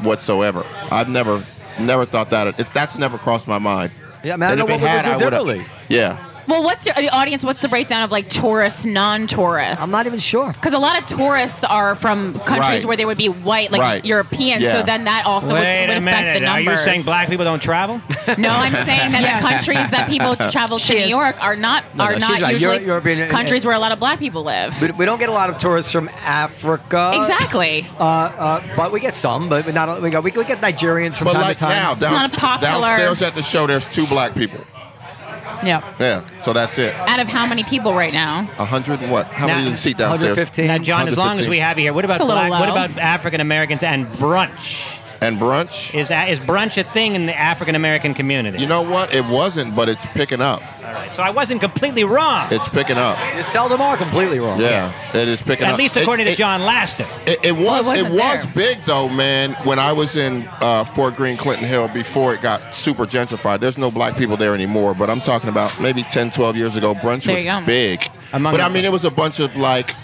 whatsoever. I've never never thought that it, that's never crossed my mind. Yeah, I mean, I And know if it what we would had, do I would've- differently. Yeah. Well, what's your audience? What's the breakdown of like tourists, non-tourists? I'm not even sure. because a lot of tourists are from countries Right. where they would be white, like Right. European. So Yeah. then that also would, Wait would a affect minute. the Are you numbers. saying black people don't travel? No, I'm saying that the countries that people travel to She New is. York are not No, no, are she's not right. usually Euro- European- countries where a lot of black people live. We, we don't get a lot of tourists from Africa. exactly. Uh, uh, but we get some, but not a- we got we, we get Nigerians from But time like to time. now, not down, a popular- downstairs at the show, there's two black people. Yeah. Yeah, so that's it. Out of how many people right now? A hundred and what? How Now- many did the seat downstairs? 115. Now, John, as long as we have you here, what about That's a little black, what low. about African Americans and brunch? And brunch. Is is brunch a thing in the African American community? You know what? It wasn't, but it's picking up. All right, so I wasn't completely wrong. It's picking up. you seldom are completely wrong. Yeah, it is picking up. At least It- according it- to John Laster. It, it was Well, it it, wasn't was there. big though, man. When I was in uh, Fort Greene, Clinton Hill, before it got super gentrified, there's no black people there anymore. But I'm talking about maybe 10, 12 years ago, brunch There you go. was big. Among but I them. mean, it was a bunch of like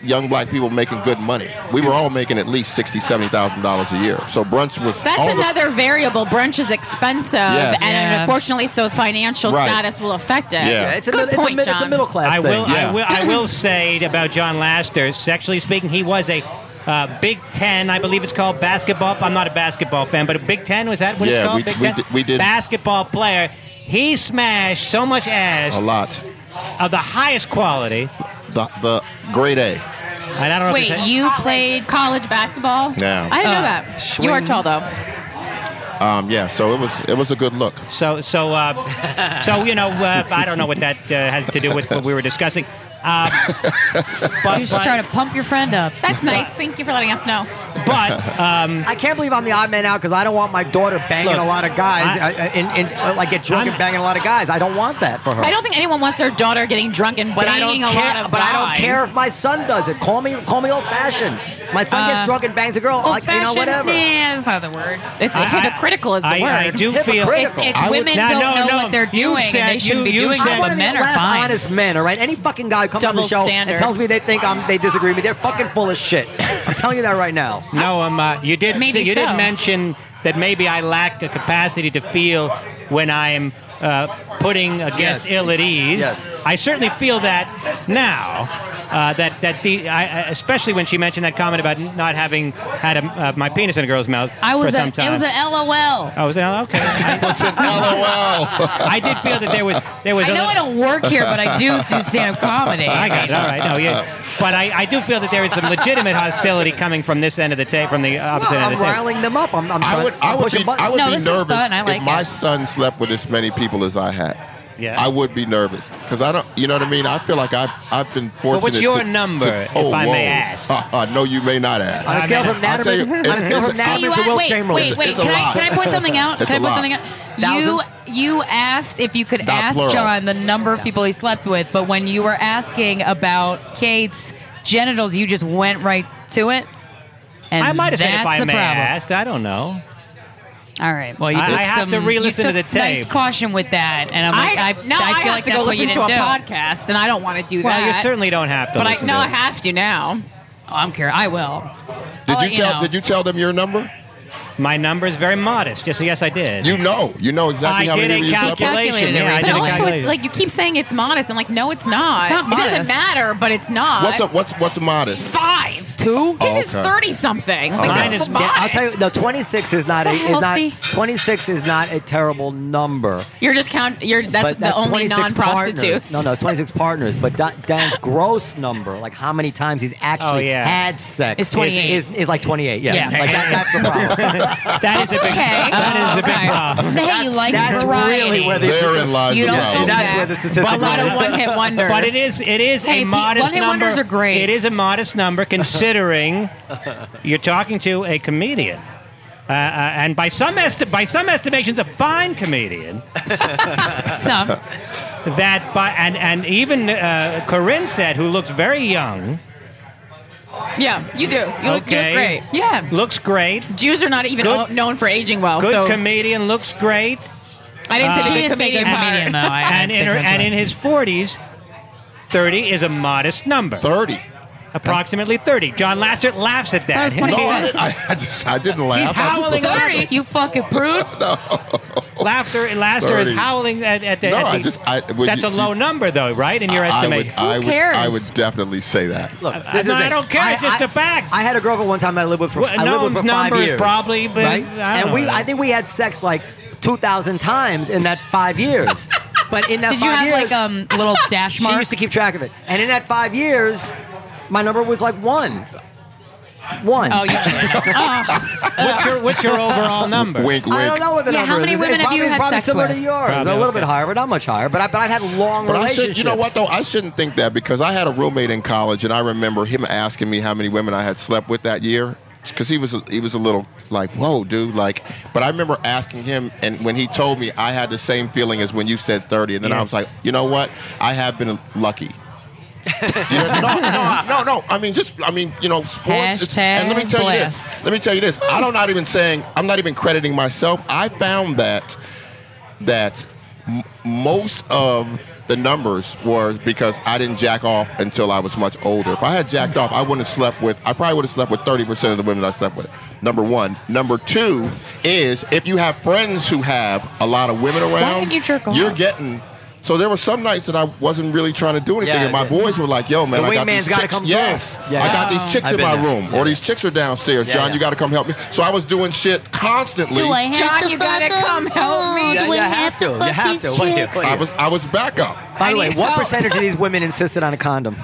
young black people making good money. We were all making at least sixty, seventy thousand dollars a year. So brunch was That's all the- another variable. Brunch is expensive, and Yeah. unfortunately, so financial Right. status will affect it. Yeah. Yeah, it's a, Good mid- it's, a, point, mid- it's a John. middle class I thing. will, Yeah. I will, I will say about John Laster. Sexually speaking, he was a uh, Big Ten, I believe it's called basketball. I'm not a basketball fan, but a Big Ten was that what Yeah, it's called? we- Big we Ten? did- we did- basketball player. He smashed so much ass a lot. of the highest quality, The the grade A. and I don't know. if Wait, it's- you played College basketball? Yeah. I didn't know Uh, that. You are swing. tall though. Um, yeah. So it was it was a good look. So, so, uh, so you know, uh, I don't know what that uh, has to do with what we were discussing. Uh, but, You're just but- trying to pump your friend up. That's nice. Thank you for letting us know. but, um, I can't believe I'm the odd man out because I don't want my daughter banging Look, a lot of guys, I- I, in, in, uh, like get drunk I'm- and banging a lot of guys. I don't want that for her. I don't think anyone wants their daughter getting drunk and but I banging don't a care. lot of but I don't guys. care if my son does it. Call me, call me old fashioned. My son Uh, gets drunk and bangs a girl. Like, you know, Old-fashioned? whatever. Nah, that's not the word. It's I- I- hypocritical is the I, word. I do feel. Hypocritical. It's, it's I would- women No, don't no, know no. what they're You doing, said- and they shouldn't you- be you doing said- that. I want But to be men the are last fine. honest man, all right? Any fucking guy who comes on Double the show standard. and tells me they think I'm, they disagree with me, they're fucking full of shit. I'm telling you that right now. No, um, uh, you did. Maybe you did so. mention that maybe I lack the capacity to feel when I'm uh, putting a guest Yes. ill at ease. Yes. I certainly feel that now. Uh, that that the I, I- especially when she mentioned that comment about not having had a, uh, my penis in a girl's mouth I for was a, some it time. was an LOL. oh, was it? Oh, Okay. I, LOL. I did feel that there was there was. I a know little- I don't work here, but I do do stand-up comedy. I got it. All right. No, yeah. But I, I do feel that there is some legitimate hostility coming from this end of the table, from the opposite Well, end I'm of the table. riling them up. I'm, I'm I trying, would, I I'm would pushing be, I buttons. would No, be this is nervous fun. I like if my it. son slept with as many people as I had. Yeah. I would be nervous because I don't, you know what I mean. I feel like I've, I've been fortunate. what's your to- number, to- oh, if I may ask? no, you may not ask. on a scale from I'll tell you, Natterman, on a it's- scale from it's- Hey, Natterman you to a- Will wait, Chamberlain. Wait, wait, It's a can, I, lot. can I point something out? It's can I a point lot. something out? You Thousands? you asked if you could Not ask plural. John the number of people he slept with, but when you were asking about Kate's genitals, you just went right to it. And I might have that's said if I the may problem. ask. I don't know. All right. Well, I- I have to re-listen you to took the Nice tape. caution with that, and I'm like, I, I, now I, feel have like to go that's what you listen to didn't a do. podcast, and I don't want to do Well, that. you certainly don't have to. But I listen no, to I it. have to now. Oh, I'm curious. I will. Did I'll you let you tell? know. Did you tell them your number? My number is very modest. Just yes, I did. You know, you know exactly I how did many a people you slept with. calculation. Calculated it Yeah, I But recently. But did a also, it's calculation. like you keep saying it's modest. I'm like, no, it's not. It's not It modest. doesn't matter, but it's not. What's a, what's what's modest? Five, two. This is okay. thirty something. Like, Mine that's is- Yeah, modest. I'll tell you, no, 26 is not a, It's a is not healthy- 26 is not a terrible number. You're just count. You're that's but the only 26 non-prostitutes. Partners. No, no, it's 26 partners. But Da- Dan's gross number, like how many times he's actually yeah. had sex, It's 28. Is, is, is like 28. Yeah, Yeah. like that, that's the problem. that is a big. okay. That is a big Okay. problem. Hey, you like that's variety. really where the Therein lies You the don't problem. know that's that. where the statistic. a lot of goes. one-hit wonders. But it is it is Hey, a Pete, modest one-hit number. wonders are great. It is a modest number considering you're talking to a comedian. Uh, uh, and by some esti- by some estimations, a fine comedian. Some. That by and and even uh, Corinne said, who looks very young, Yeah, you do. You look, you Okay. look great. Yeah. looks great, Jews are not even Good- o- known for aging well. good uh, so comedian, looks great, I didn't She say the didn't good say comedian good comedian, though. part. I- I and in her, think and that's in his forties, thirty is a modest number, Thirty. approximately thirty. John Lasseter laughs at That that. was 20. No, I, didn't, I, I just I didn't laugh. howling I, right. Sorry, you fucking prude. Laughter, Laster is 30. howling at, at the. No, at the- I just- I- well, that's you- a low you- number, though, right? In your I would, estimation. I would, I cares? would definitely say that. Look, I- this is no, the I thing. don't care, it's just a fact. I had a girlfriend one time I lived with for, Well, I lived with for no five number is years. probably, but right? I don't and we, know. I think we had sex like 2,000 times in that five years. but in that Did five you have years, like um little dash marks? She used to keep track of it. And in that five years, my number was like one. One. Oh, you what's, your, what's your overall number? Wink, wink. I don't know what the Yeah, number how many is. women have it's probably, you it's had probably sex similar with? to yours. Probably, a little okay. bit higher, but not much higher. But, I, but I've had long But I relationships. should, you know what though? I shouldn't think that because I had a roommate in college, and I remember him asking me how many women I had slept with that year, because he was he was a little like, "Whoa, dude!" Like, but I remember asking him, and when he told me, I had the same feeling as when you said thirty, and then I was like, "You know what? I have been lucky." You know, no, no, no, no. I mean, just I mean, you know, sports. it's- and let me Hashtag tell you blessed. this. Let me tell you this. I don't not even saying I'm not even crediting myself. I found that that m- most of the numbers were because I didn't jack off until I was much older. If I had jacked off, I wouldn't have slept with, I probably would have slept with 30% of the women I slept with. Number one. Number two is if you have friends who have a lot of women around, didn't you jerk off? are getting. So there were some nights that I wasn't really trying to do anything, Yeah, and my yeah. boys were like, "Yo, man, The I got wingman's these gotta chicks. come through. yes, Yeah. I got these chicks I've in been my there. room, or these chicks are downstairs. Yeah, John, yeah. you got to come help me." So I was doing shit constantly. Do I have John, to you fuck gotta him? come help me. Oh, Yeah, do I you have, have to. fuck You have these to. What do you- chicks? what do I you- was I was back up. By the I way, need what help. percentage of these women insisted on a condom?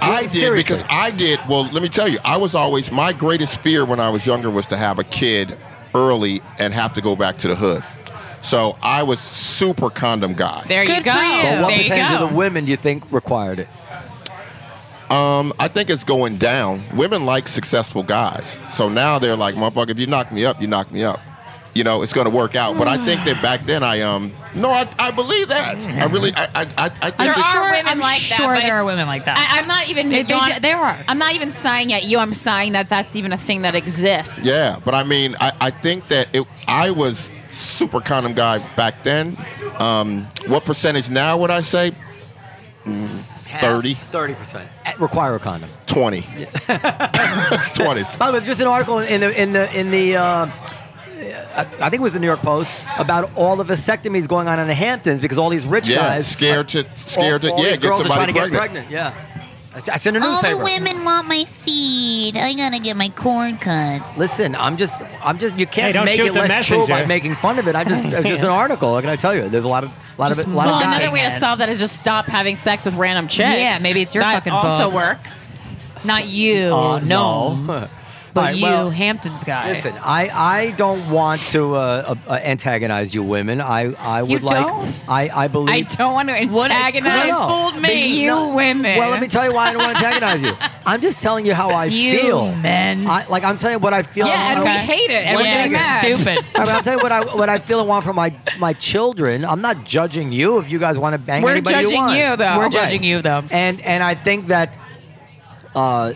I did seriously. because I did. Well, let me tell you, I was always my greatest fear when I was younger was to have a kid early and have to go back to the hood. So I was super condom guy. There you Good go. for you. But what There you percentage go. of the women do you think required it? I think it's going down. Women like successful guys. So now they're like, motherfucker, if you knock me up, you knock me up. you know, it's going to work out. But I think that back then I um no, I, I believe that. I really I I I, I think There that- are sure- women I'm like that. sure but there it's- are women like that. I, I'm not even. They- they John, do- there are. I'm not even sighing at you. I'm sighing that that's even a thing that exists. Yeah, but I mean, I, I think that it, I was super condom guy back then. Um, what percentage now would I say? Mm, 30, 30%. Require a condom. 20. 20. By the way, there's an article in the in the in the. Uh, I I think it was the New York Post about all the vasectomies going on in the Hamptons because all these rich Yeah, guys scared to- scared to- all, all yeah, these get girls are somebody trying to get pregnant. pregnant. Yeah, That's- that's in the All newspaper. the women want my seed. I gotta get my corn cut. Listen, I'm just, I'm just. You Hey, can't don't make shoot it the less true by messenger. making fun of it. I just, it's just an article. What can I tell you? There's a lot of, lot Just of, lot Well, of guys. another way to solve that is just stop having sex with random chicks. Yeah, maybe it's your that fucking also fault. works. Not you, Uh, no, no. but All right, you, well, Hamptons guy. Listen, I, I don't want to uh, uh, antagonize you women. I, I would like don't? I, I believe I don't want to What a antagonize You No, no. fooled me. But You women. Well, let me tell you why I don't want to antagonize you. I'm just telling you how I You feel. men. I, like I'm telling you what I feel. Yeah, and we I- hate it. And One we're getting second. mad. stupid. I mean, I'll tell you what I what I feel and want for my my children. I'm not judging you if you guys want to bang We're anybody judging you want. you, though. We're Right. judging you though. And and I think that uh,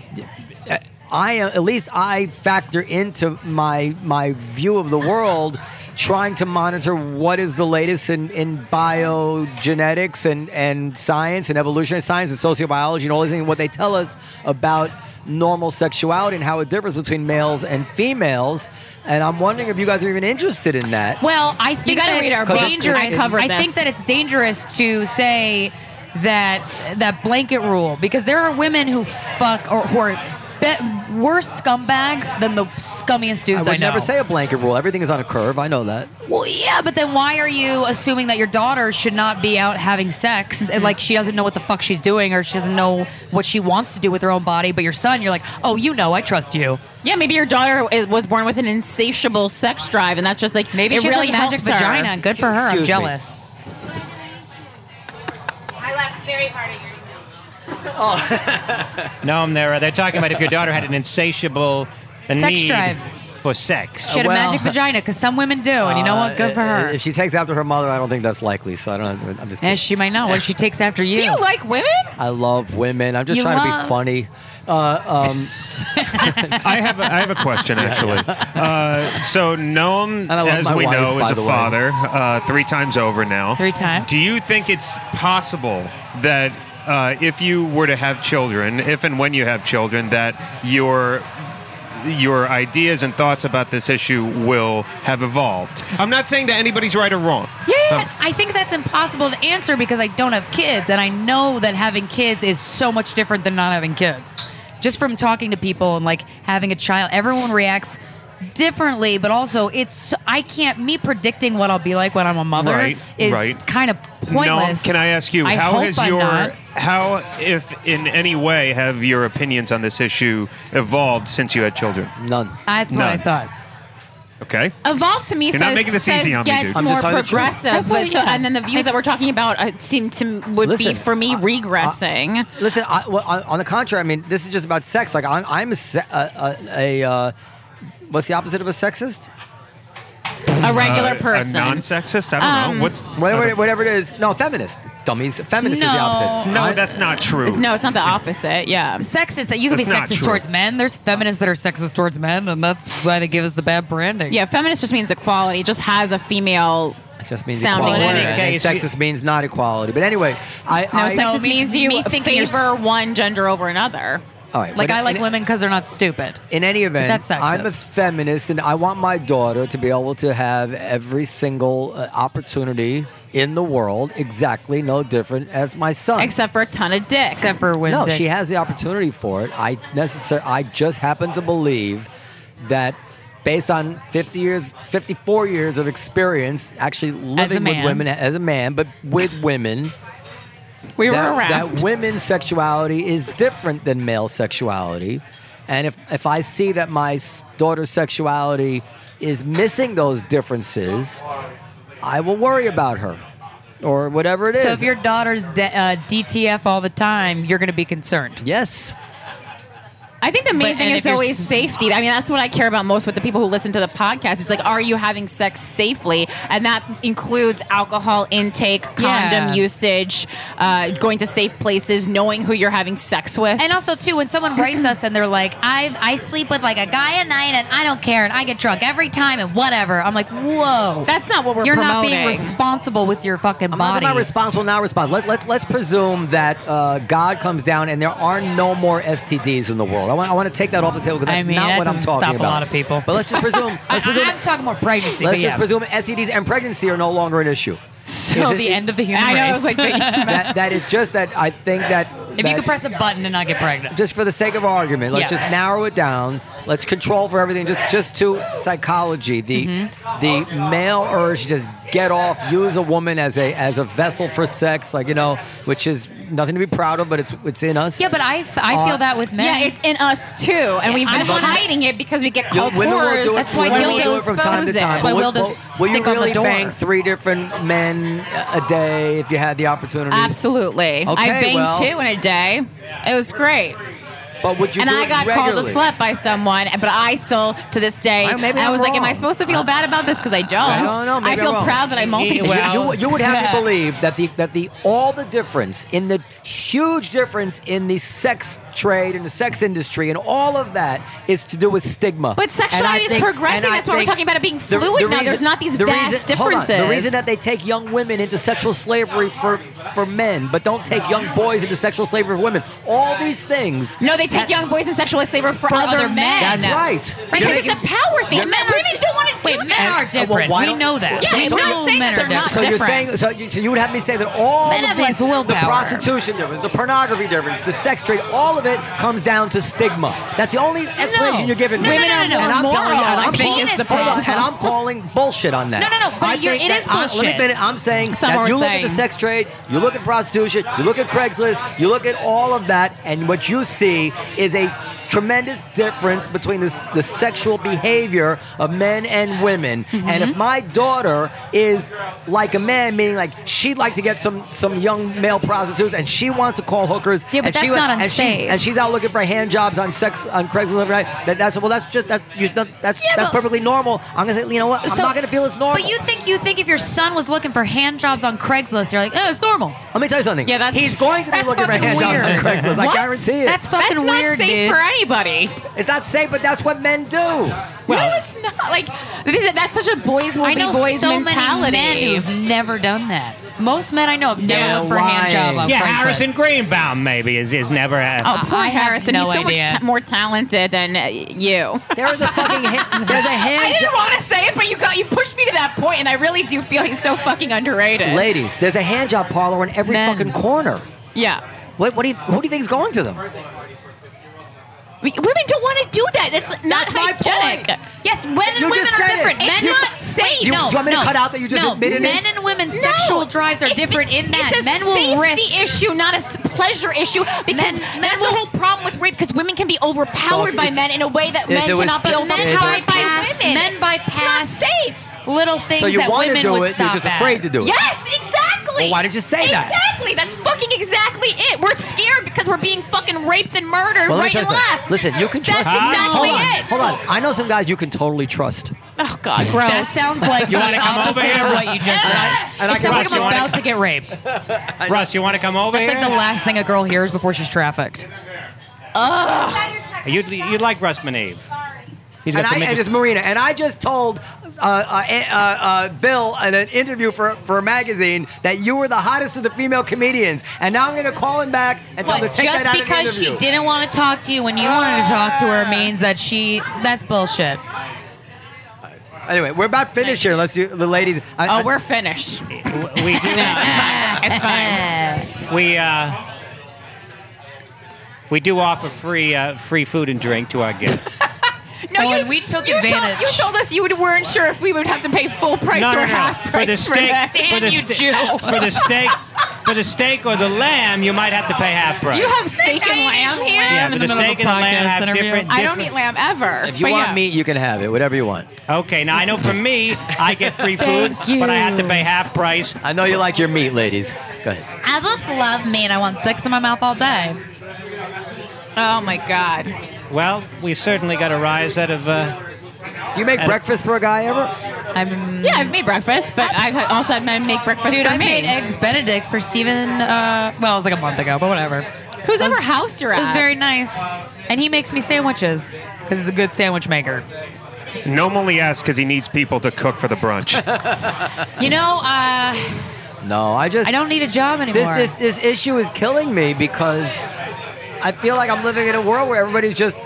I at least I factor into my my view of the world trying to monitor what is the latest in, in biogenetics and, and science and evolutionary science and sociobiology and all these things what they tell us about normal sexuality and how it differs between males and females and I'm wondering if you guys are even interested in that. Well, I think gotta that read it's our book. dangerous. I covered this. think that it's dangerous to say that that blanket rule because there are women who fuck or who are be- worse scumbags than the scummiest dudes I, I would know. never say a blanket rule. Everything is on a curve. I know that. Well, yeah, but then why are you assuming that your daughter should not be out having sex? Mm-hmm. And like she doesn't know what the fuck she's doing, or she doesn't know what she wants to do with her own body. But your son, you're like, oh, you know, I trust you. Yeah, maybe your daughter is, was born with an insatiable sex drive, and that's just like Maybe it she really has a magic helps her. vagina. Good for her. Excuse me. I'm jealous. I laughed very hard at your email. No, I'm there. They're talking about if your daughter had an insatiable a Sex need drive. for sex. She had Well- uh, a magic vagina because some women do, and you know what? Good for her. If she takes after her mother, I don't think that's likely. So I don't. I'm just. Kidding. And she might not when she takes after you. Do you like women? I love women. I'm just You trying to love- be funny. I have a, I have a question actually. Uh, so Noam, I love as my we wife, know, by is a the way. father uh, three times over now. Three times. Do you think it's possible that uh, if you were to have children, if and when you have children, that your your ideas and thoughts about this issue will have evolved. I'm not saying that anybody's right or wrong. yeah, yeah, Um, yeah. I think that's impossible to answer because I don't have kids, and I know that having kids is so much different than not having kids. Just from talking to people and like having a child, everyone reacts differently, but also it's I can't me predicting what I'll be like when I'm a mother Right, is right. kind of pointless. Noam, can I ask you I how hope has I'm your not. how if in any way have your opinions on this issue evolved since you had children? None. That's what I None. thought. Okay. Evolve to me You're says, not making this says easy on me, gets dude. I'm more just telling the truth. progressive, That's but what- so, yeah. and then the views that we're talking about uh, seem to would be Listen, for me I- regressing. Listen, I, well, on, on the contrary, I mean, this is just about sex. Like I'm, I'm a, se- a, a, a uh, what's the opposite of a sexist? a regular Uh, person. Um, A non-sexist? I don't know. What's Whatever, whatever it is. No, feminist. Dummies. Feminist is the No. opposite. No, I- that's not true. It's- no, it's not the opposite. Yeah. Sexist that you can That's be not sexist true. towards men. There's feminists that are sexist towards men, and that's why they give us the bad branding. Yeah, feminist just means equality. It just has a female. It just means Sounding equality. word. And then Okay, so you- sexist means not equality. But anyway, I. No, I, sexist means, you me thinking you're favor s- one gender over another. All right, Like but I like in- women because they're not stupid. In any event, But that's I'm a sexist. feminist, and I want my daughter to be able to have every single uh, opportunity in the world, exactly no different as my son. Except for a ton of dick. Except for when no, dicks- she has the opportunity for it. I necessar- I just happen to believe that based on 50 years 54 years of experience actually living with man. women as a man but with women we were that, around. that women's sexuality is different than male sexuality. And if, if I see that my s- daughter's sexuality is missing those differences, I will worry about her or whatever it is. So if your daughter's de- uh, DTF all the time, you're going to be concerned. yes. I think the main But- thing and is if you're always s- safety. I mean, that's what I care about most with the people who listen to the podcast. It's like, are you having sex safely? And that includes alcohol intake, condom Yeah. usage, uh, going to safe places, knowing who you're having sex with. And also too, when someone writes us and they're like, "I I sleep with like a guy at night and I don't care and I get drunk every time and whatever," I'm like, "Whoa, that's not what we're you're not promoting. being responsible with your fucking I'm not talking body." about responsible, not responsible. Let, let, let's presume that uh, God comes down and there are no more STDs in the world. I want, I want to take that off the table because I that's mean, not that what I'm doesn't talking stop a about. lot of people. But let's just presume. Let's presume. I, am talking more pregnancy. let's but just yeah. presume STDs and pregnancy are no longer an issue. till Is it- the end of the human I know, race. it's like, but- that that is just that I think that if you that- could press a button and not get pregnant, just for the sake of argument, let's Yeah. just narrow it down. Let's control for everything, just just to psychology, the Mm-hmm. the male urge to just get off, use a woman as a as a vessel for sex, like you know, which is nothing to be proud of, but it's it's in us. yeah, but I, f- I feel Uh, that with men. yeah, it's in us too, and we've been I wanna- hiding it because we get You- called women will whores. do it. That's why women we'll will do it dildos from time to expose it. time. That's why But will, dildos will you stick on the really door. bang three different men a day if you had the opportunity? Absolutely. I Okay, banged well- two in a day. It was great. But would you? and do I it got called a regularly? slut by someone, but I still, to this day, I- maybe I I'm was like, am I wrong. supposed to feel bad about this? Because I don't. I don't know, maybe I I'm feel wrong. proud that I multi. You- Well, you, you would have yeah. me believe that the that the all the difference in the huge difference in the sex trade and the sex industry and all of that is to do with stigma. But sexuality And I is think- progressing. and I That's why we're think talking about it being fluid now. There's not these vast reason, hold on. differences. The reason that they take young women into sexual slavery for for men, but don't take young boys into sexual slavery for women. All these things. No, they take that- young boys and sexual slavery for, other, other men. That's right. Because You're it's a making- power thing. you're- Men, women don't want to do Wait, men that. are well, different. why we don't- know that. Yeah, we I'm know not saying men that are they're not different. So you're saying so you, so you would have me say that all Men of have these, less the willpower. prostitution difference, the pornography difference, the sex trade, all of it comes down to stigma. That's the only explanation you're giving No, me. no, no, no, no. And I'm Moral, telling you, and I I'm, think, calling, is the hold on, problem. and I'm calling bullshit on that. No, no, no, but I you're- think it that- is I- let bullshit. me finish. I'm saying That's not what that you we're look at saying. the sex trade, you look at prostitution, you look at Craigslist, you look at all of that, and what you see is a tremendous difference between this, the sexual behavior of men and women. And Mm-hmm. if my daughter is like a man, meaning like she'd like to get some some young male prostitutes, and she wants to call hookers, Yeah, but and she that's not and she's, unsafe. and she's out looking for hand jobs on sex on Craigslist every night. That, that's well, that's just that, you, that, that's Yeah, that's but- perfectly normal. I'm gonna say, you know what, I'm So- not gonna feel it's normal. But you think you think if your son was looking for hand jobs on Craigslist, you're like, oh, it's normal. Let me tell you something. Yeah, that's- he's going to be that's looking for fucking hand jobs on weird. Craigslist. I What? guarantee it. That's That's fucking not weird, safe dude. for anybody. it's not safe, but that's what men do. no, it's not. Like this is, that's such a boys will I know be boys so mentality. many men who've never done that. Most men I know have never They're looked for a hand job lying. on Yeah, Craigslist. Harrison Greenbaum maybe is, is never. uh, A, Oh, poor I have Harrison. no He's so idea. much t- more talented than uh, you. There is a fucking hand, there's a I hand didn't job. want to say it, but you got you pushed me to that point, and I really do feel he's so fucking underrated. Ladies, there's a hand job parlor in every Men. fucking corner. Yeah. What, what do you, who do you think's going to them? We- women don't want to do that. It's not That's my hygienic. point. Yes, men and You women just are said different. it. Men It's and- not safe. Wait, Do you- no, do you want me to no, cut out that you just no. admitted it? Men and women's sexual drives are It's be- different in that it's a men will risk. safety issue, not a s- pleasure issue. Because Men- men that's will- the whole problem with rape. Because women can be overpowered So if- by if- men in a way that if men it was cannot be safe- overpowered But men by bypass. women. Men bypass. It's not safe. Little things So you that want to women do would it, you're stop just at. afraid to do it. Yes, exactly. Well, why did you say that? exactly. Exactly. That's fucking exactly it. We're scared because we're being fucking raped and murdered Well, let me right tell and you something. left. Listen, you can trust That's exactly hold on, it. Hold on. I know some guys you can totally trust. Oh God, gross. That sounds like the wanna come over opposite here? of what you just said. And I it sounds like Russ, you I'm wanna- about to get raped. Russ, you want to come over That's here? like the last thing a girl hears before she's trafficked. You'd, you'd like Russ Maneve. He's and got I some and interest- it's Marina. And I just told uh, uh, uh, uh, Bill in an interview for for a magazine that you were the hottest of the female comedians. And now I'm going to call him back and Oh, tell him to take just that out because of the interview. she didn't want to talk to you when you wanted to talk to Ah. her means that she that's bullshit. Anyway, we're about finished here. Unless you, the ladies. I, Oh, we're finished. we do It's fine. we uh, we do offer free uh, free food and drink to our guests. No, Oh, you, and we took you advantage. Told, you told us you weren't sure if we would have to pay full price no, or no, no. half For the price steak, that. for the, you ste- Jew. for the steak, for the steak or the lamb, you might have to pay half price. You have steak and lamb here. yeah, in but the the, middle of steak a and the lamb podcast have interview. different. I don't eat different- lamb ever. if you But want yeah. meat, you can have it. Whatever you want. Okay, now I know for me, I get free food, but I have to pay half price. I know you like your meat, ladies. Go ahead. I just love meat. I want dicks in my mouth all day. oh my God, Well, we certainly got a rise out of. Uh, Do you make And- breakfast for a guy ever? I'm Yeah, I've made breakfast, but I've had- also had my make breakfast Dude, for I me. made eggs Benedict for Steven. Uh, well, it was like a month ago, but whatever. Whose It ever was- house you're It was at. very nice, and he makes me sandwiches because he's a good sandwich maker. Normally asked because he needs people to cook for the brunch. You know, uh, No, I just I don't need a job this anymore. this this issue is killing me because I feel like I'm living in a world where everybody's just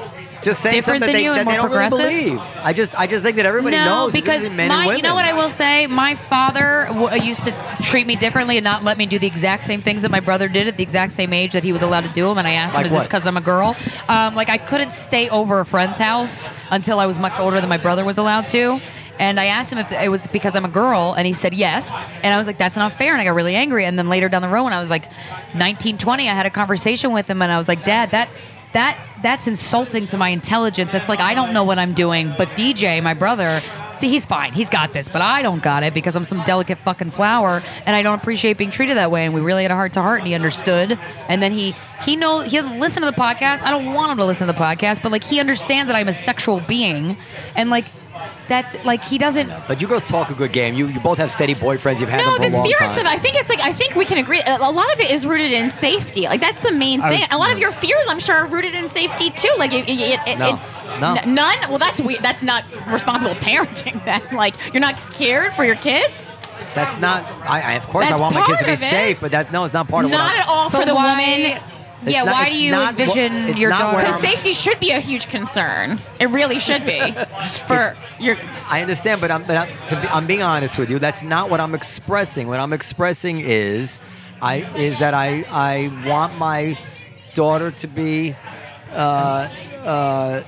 just saying Different something than they, you and that they more don't really progressive? believe. I just I just think that everybody no, knows that this because is men my, and women. you know what I will say? My father w- uh, used to t- treat me differently and not let me do the exact same things that my brother did at the exact same age that he was allowed to do them. And I asked Like him, "Is this what? because I'm a girl?" Um, like I couldn't stay over a friend's house until I was much older than my brother was allowed to. And I asked him if it was because I'm a girl, and he said yes. And I was like, "That's not fair," and I got really angry. And then later down the road, when I was like 19, 20, I had a conversation with him, and I was like, "Dad, that." That that's insulting to my intelligence. That's like I don't know what I'm doing, but DJ, my brother, he's fine. He's got this, but I don't got it because I'm some delicate fucking flower and I don't appreciate being treated that way. And we really had a heart to heart and he understood. And then he he know he doesn't listen to the podcast. I don't want him to listen to the podcast, but like he understands that I'm a sexual being and like that's like he doesn't But you girls talk a good game. You you both have steady boyfriends. You've had No, them for this a long fear time. of stuff. I think it's like I think we can agree. A a lot of it is rooted in safety. Like that's the main thing. a lot of your fears, I'm sure, are rooted in safety too. Like it, it, it, it- No. it's No. n- none. Well, that's we, that's not responsible parenting. Then, like you're not scared for your kids. That's not. I, I of course I That's want my kids to part be of it. safe, but that no, it's not part of Not what. at all for But the why- woman. It's Yeah, not- why it's do you not what- envision it's your not what daughter? Because safety should be a huge concern. It really should be for your. I understand, but I'm but I'm, to be, I'm being honest with you. That's not what I'm expressing. What I'm expressing is, I is that I I want my daughter to be uh, uh,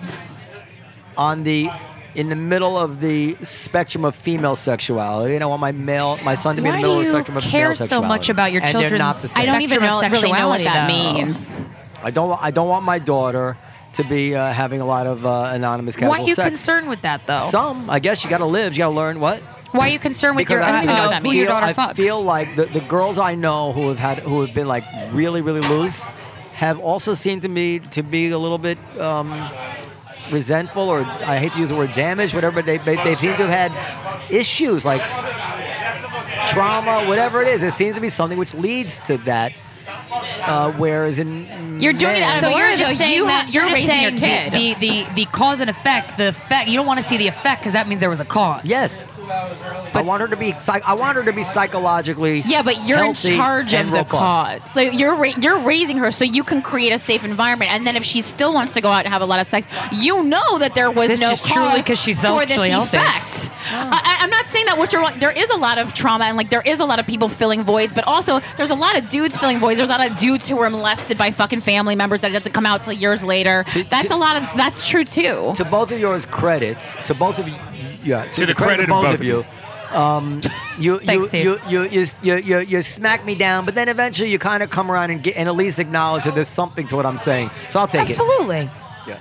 on the in the middle of the spectrum of female sexuality, and I want my male my son to be in Why the middle do of the you spectrum of male care so sexuality. much about your and they're children's- not the same. I don't even know, Spectrum of really know what that sexuality, though. means. I don't. I don't want my daughter to be uh, having a lot of uh, anonymous casual Why are you sex. concerned with that though? Some, I guess, you got to live. You got to learn what. Why are you concerned with your I, even know uh, what that who means. your feel, daughter I fucks? feel like the, the girls I know who have had who have been like really really loose have also seemed to me to be a little bit um, resentful or I hate to use the word damaged whatever but they they, they seem to have had issues like trauma whatever it is it seems to be something which leads to that uh, whereas in You're doing it men- out of So Well, you're you're just just saying you that have- you're, you're just raising your saying kid. The, the the the cause and effect. The effect. You don't want to see the effect because that means there was a cause. Yes. I want her to be psych- I want her to be psychologically Yeah, but you're in healthy charge and of the robust. cause. So you're ra- you're raising her so you can create a safe environment. And then if she still wants to go out and have a lot of sex, you know that there was This no is truly cause 'cause she's for this actually healthy. effect. I, I- I'm not saying that what you're wa- there is a lot of trauma and like there is a lot of people filling voids, but also there's a lot of dudes filling voids. There's a lot of dudes who were molested by fucking family members that it doesn't come out till years later. That's a lot of that's true too. to both of yours credits, to both of you, yeah, to, the credit of both of you. Um, you, Thanks, Steve. you, you, you, you, you, you, you smack me down, but then eventually you kind of come around and, get, and at least acknowledge that there's something to what I'm saying. So I'll take Absolutely. it. Yeah.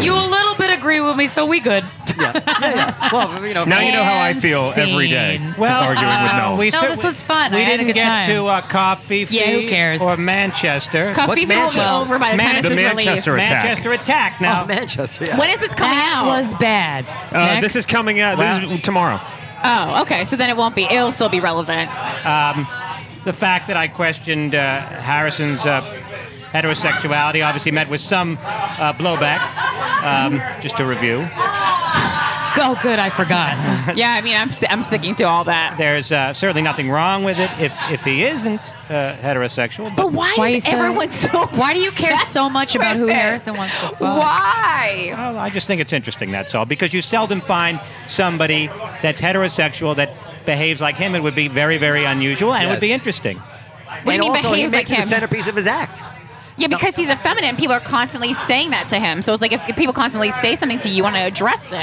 You a little bit agree with me, so we good. Yeah. yeah, yeah. Well, you know, now you know how I And feel every scene. day. well, arguing with uh, Noel. we No, cer- this was fun. We I had a didn't good get time. to uh, coffee. Yeah, who cares? Or Manchester. Coffee will be Manchester? over by the Man- time the this is Manchester released. attack. Manchester attack now. oh, Manchester. Yeah. When is this coming That out? was bad. Uh, this is coming out this Wow. is tomorrow. oh, okay. So then it won't be. It'll still be relevant. the fact that I questioned uh, Harrison's uh, heterosexuality obviously met with some uh, blowback. Um, just a review. oh good. I forgot. Yeah, I mean, I'm I'm sticking to all that. There's uh, certainly nothing wrong with it if, if he isn't uh, heterosexual. But But why, Why is you so- everyone so? Why do you care obsessed so much about who with it? Harrison wants to fuck? Why? well, I just think it's interesting, that's all. Because you seldom find somebody that's heterosexual that behaves like him. It would be very, very unusual and would be Yes. interesting. do you mean and also, he behaves makes like it him? the centerpiece of his act. Yeah, because he's effeminate. People are constantly saying that to him. So it's like if, if people constantly say something to you, you want to address it.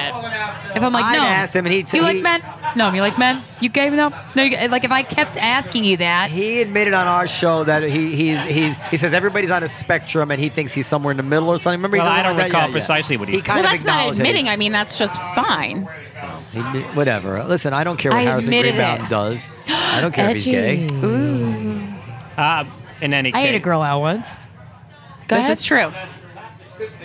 If I'm like, I'd no, asked him and he'd- you he- like men? No, you like men? You gay? No, no. You, like if I kept asking you that, He admitted on our show that he he's he's he says everybody's on a spectrum and he thinks he's somewhere in the middle or something. Remember? he Well, said I something don't like that? recall Yeah, yeah. precisely what he said. kind Well, of that's not acknowledged that he- admitting. I mean, that's just fine. He admi- Whatever. Listen, I don't care what I Harrison admitted Green Mountain it. does. I don't care if he's gay. Uh, in I any case. ate a girl out once. Go this ahead. is true.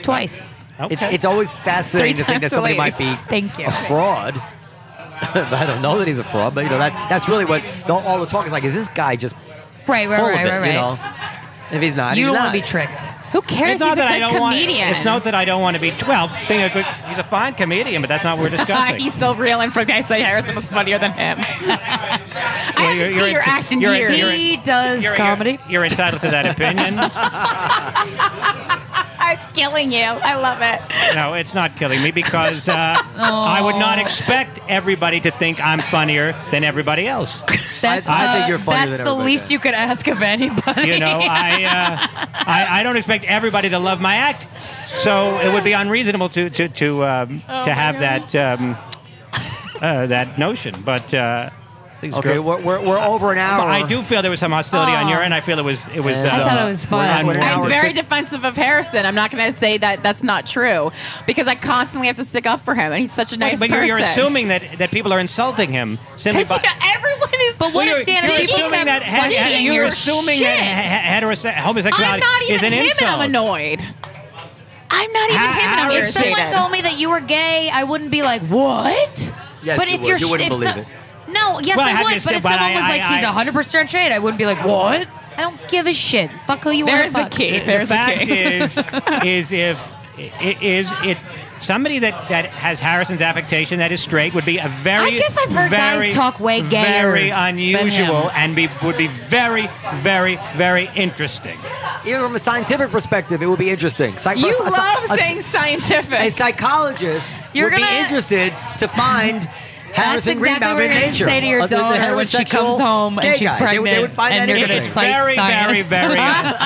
twice. It's, Okay. it's always fascinating Three to times think that a somebody lady. might be Thank you. a fraud. I don't know that he's a fraud, but you know that that's really what the- all the talk is like. Is this guy just Right, right, full right, of it? right, right. You know, if he's not, You he's don't not. want to be tricked. Who cares? It's not He's a that I good don't comedian. want. It's not that I don't want to be. Well, being a good, he's a fine comedian, but that's not what we're discussing. He's so real, and for guys like Harrison was funnier than him. I haven't you're- seen you're your into- act in you're- years. you're- He does You're- you're- comedy. You're, entitled to that opinion. I'm killing you. I love it. no, it's not killing me because uh, I would not expect everybody to think I'm funnier than everybody else. That's, I think uh, you're funnier that's than the everybody least else. you could ask of anybody. You know, I, uh, I I don't expect everybody to love my act, so it would be unreasonable to to to um, Oh to have that um, uh, that notion. But uh, these okay, girl- we're, we're, we're over an hour. But I do feel there was some hostility on your end. I feel it was it was. uh, And, I thought it was uh, we're fun. not- we're an I'm hour very fif- defensive of Harrison. I'm not going to say that that's not true because I constantly have to stick up for him, and he's such a nice but you're, person. you're assuming that, that people are insulting him simply because by. everyone is. But Well, what you're, if Dan you're and people assuming kept that he- fucking he- you're your assuming shit? that he- heterose- I'm homosexuality not is even an him, insult. and I'm annoyed. I'm not even Ha- him, and I'm Harrison- irritated. If Someone told me that you were gay, I wouldn't be like, what? Yes, but you if would. you're, You wouldn't if believe so- it. No, yes, Well, I I have would. to But say, if but someone I- was I- like, I- he's He's 100% straight. I wouldn't be like, what? I don't give a shit. Fuck who you There's a want to fuck. key. The- the There's fact a key. is, is if i- is it somebody that, that has Harrison's affectation that is straight would be a very I guess I've heard guys very, talk way gayer very than him. unusual and be would be very very very interesting. even from a scientific perspective, it would be interesting. Psych- You a- a- love a- saying scientific. A psychologist You're would be gonna- interested to find Harrison exactly Greenbaum what in you're gonna nature. say to your of the- the daughter when she heterosexual comes home and gay she's guy. They would- They, pregnant would find and that you're gonna It's interesting. cite very, very, science. very.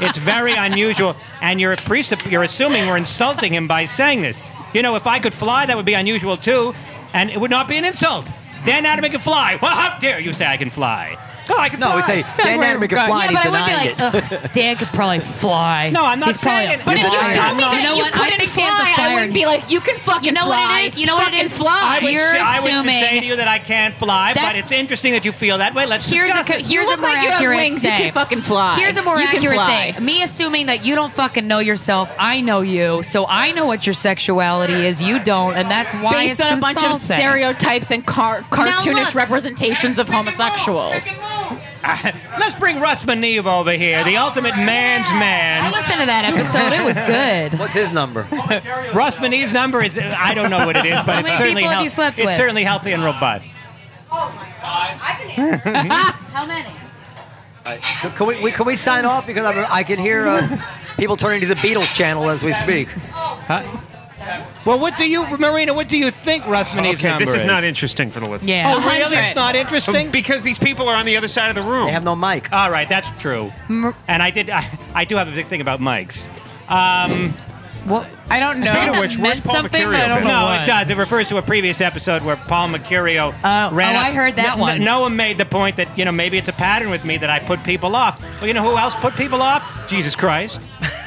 it's very unusual, and you're presupp- you're assuming we're insulting him by saying this. You know, if I could fly, that would be unusual too, and it would not be an insult. Dan Adam can fly. Well, how dare you say I can fly? Oh, I can No, fly. we say Dan Adam can Yeah, fly. but and he's I would denying it. be like, uh, Ugh, Dan could probably fly. No, I'm not He's probably saying a it. But if you flyer. tell me You that know what? I think Dan's a flyer. like, you can fucking You know what it is? You know what it Fucking is? I would, You're say, I would assuming- say to you that I can't fly, but That's- it's interesting that you feel that way. Let's Here's a discuss co- it. here's You a look more like you have accurate wings. Thing. You can fucking fly. Here's a more You can accurate fly. thing. Me assuming that you don't fucking know yourself. I know you, so I know what your sexuality is. You don't, and that's why Based it's on a bunch of insulting. stereotypes and car- cartoonish look. representations of homosexuals. Let's bring Russ Maneve over here, the ultimate man's I man. listened to that episode. It was good. What's his number? Russ Maneve's number is, I don't know what it is, but it's many certainly, people have health- you slept it's with? certainly healthy and robust. Oh How many? Can we, we can we sign off because I'm, I can hear uh, people turning to the Beatles channel as we speak. Well, what do you, Marina? What do you think Rusmanee's Okay, number this is not interesting for the listeners. Yeah. Oh, really? 100. It's not interesting. Because these people are on the other side of the room. They have no mic. All right, that's true. And I did. I, I do have a big thing about mics. Um, What? I don't know. Speaking of which, where's meant Paul something, but I Mercurio don't been? know no, what. it does. It refers to a previous episode where Paul Mercurio Oh, ran. oh, up- I heard that N- one. N- Noah made the point that you know maybe it's a pattern with me that I put people off. Well, you know who else put people off? Jesus Christ.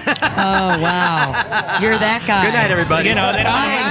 Oh wow, you're that guy. Good night, everybody. You know that. Bye.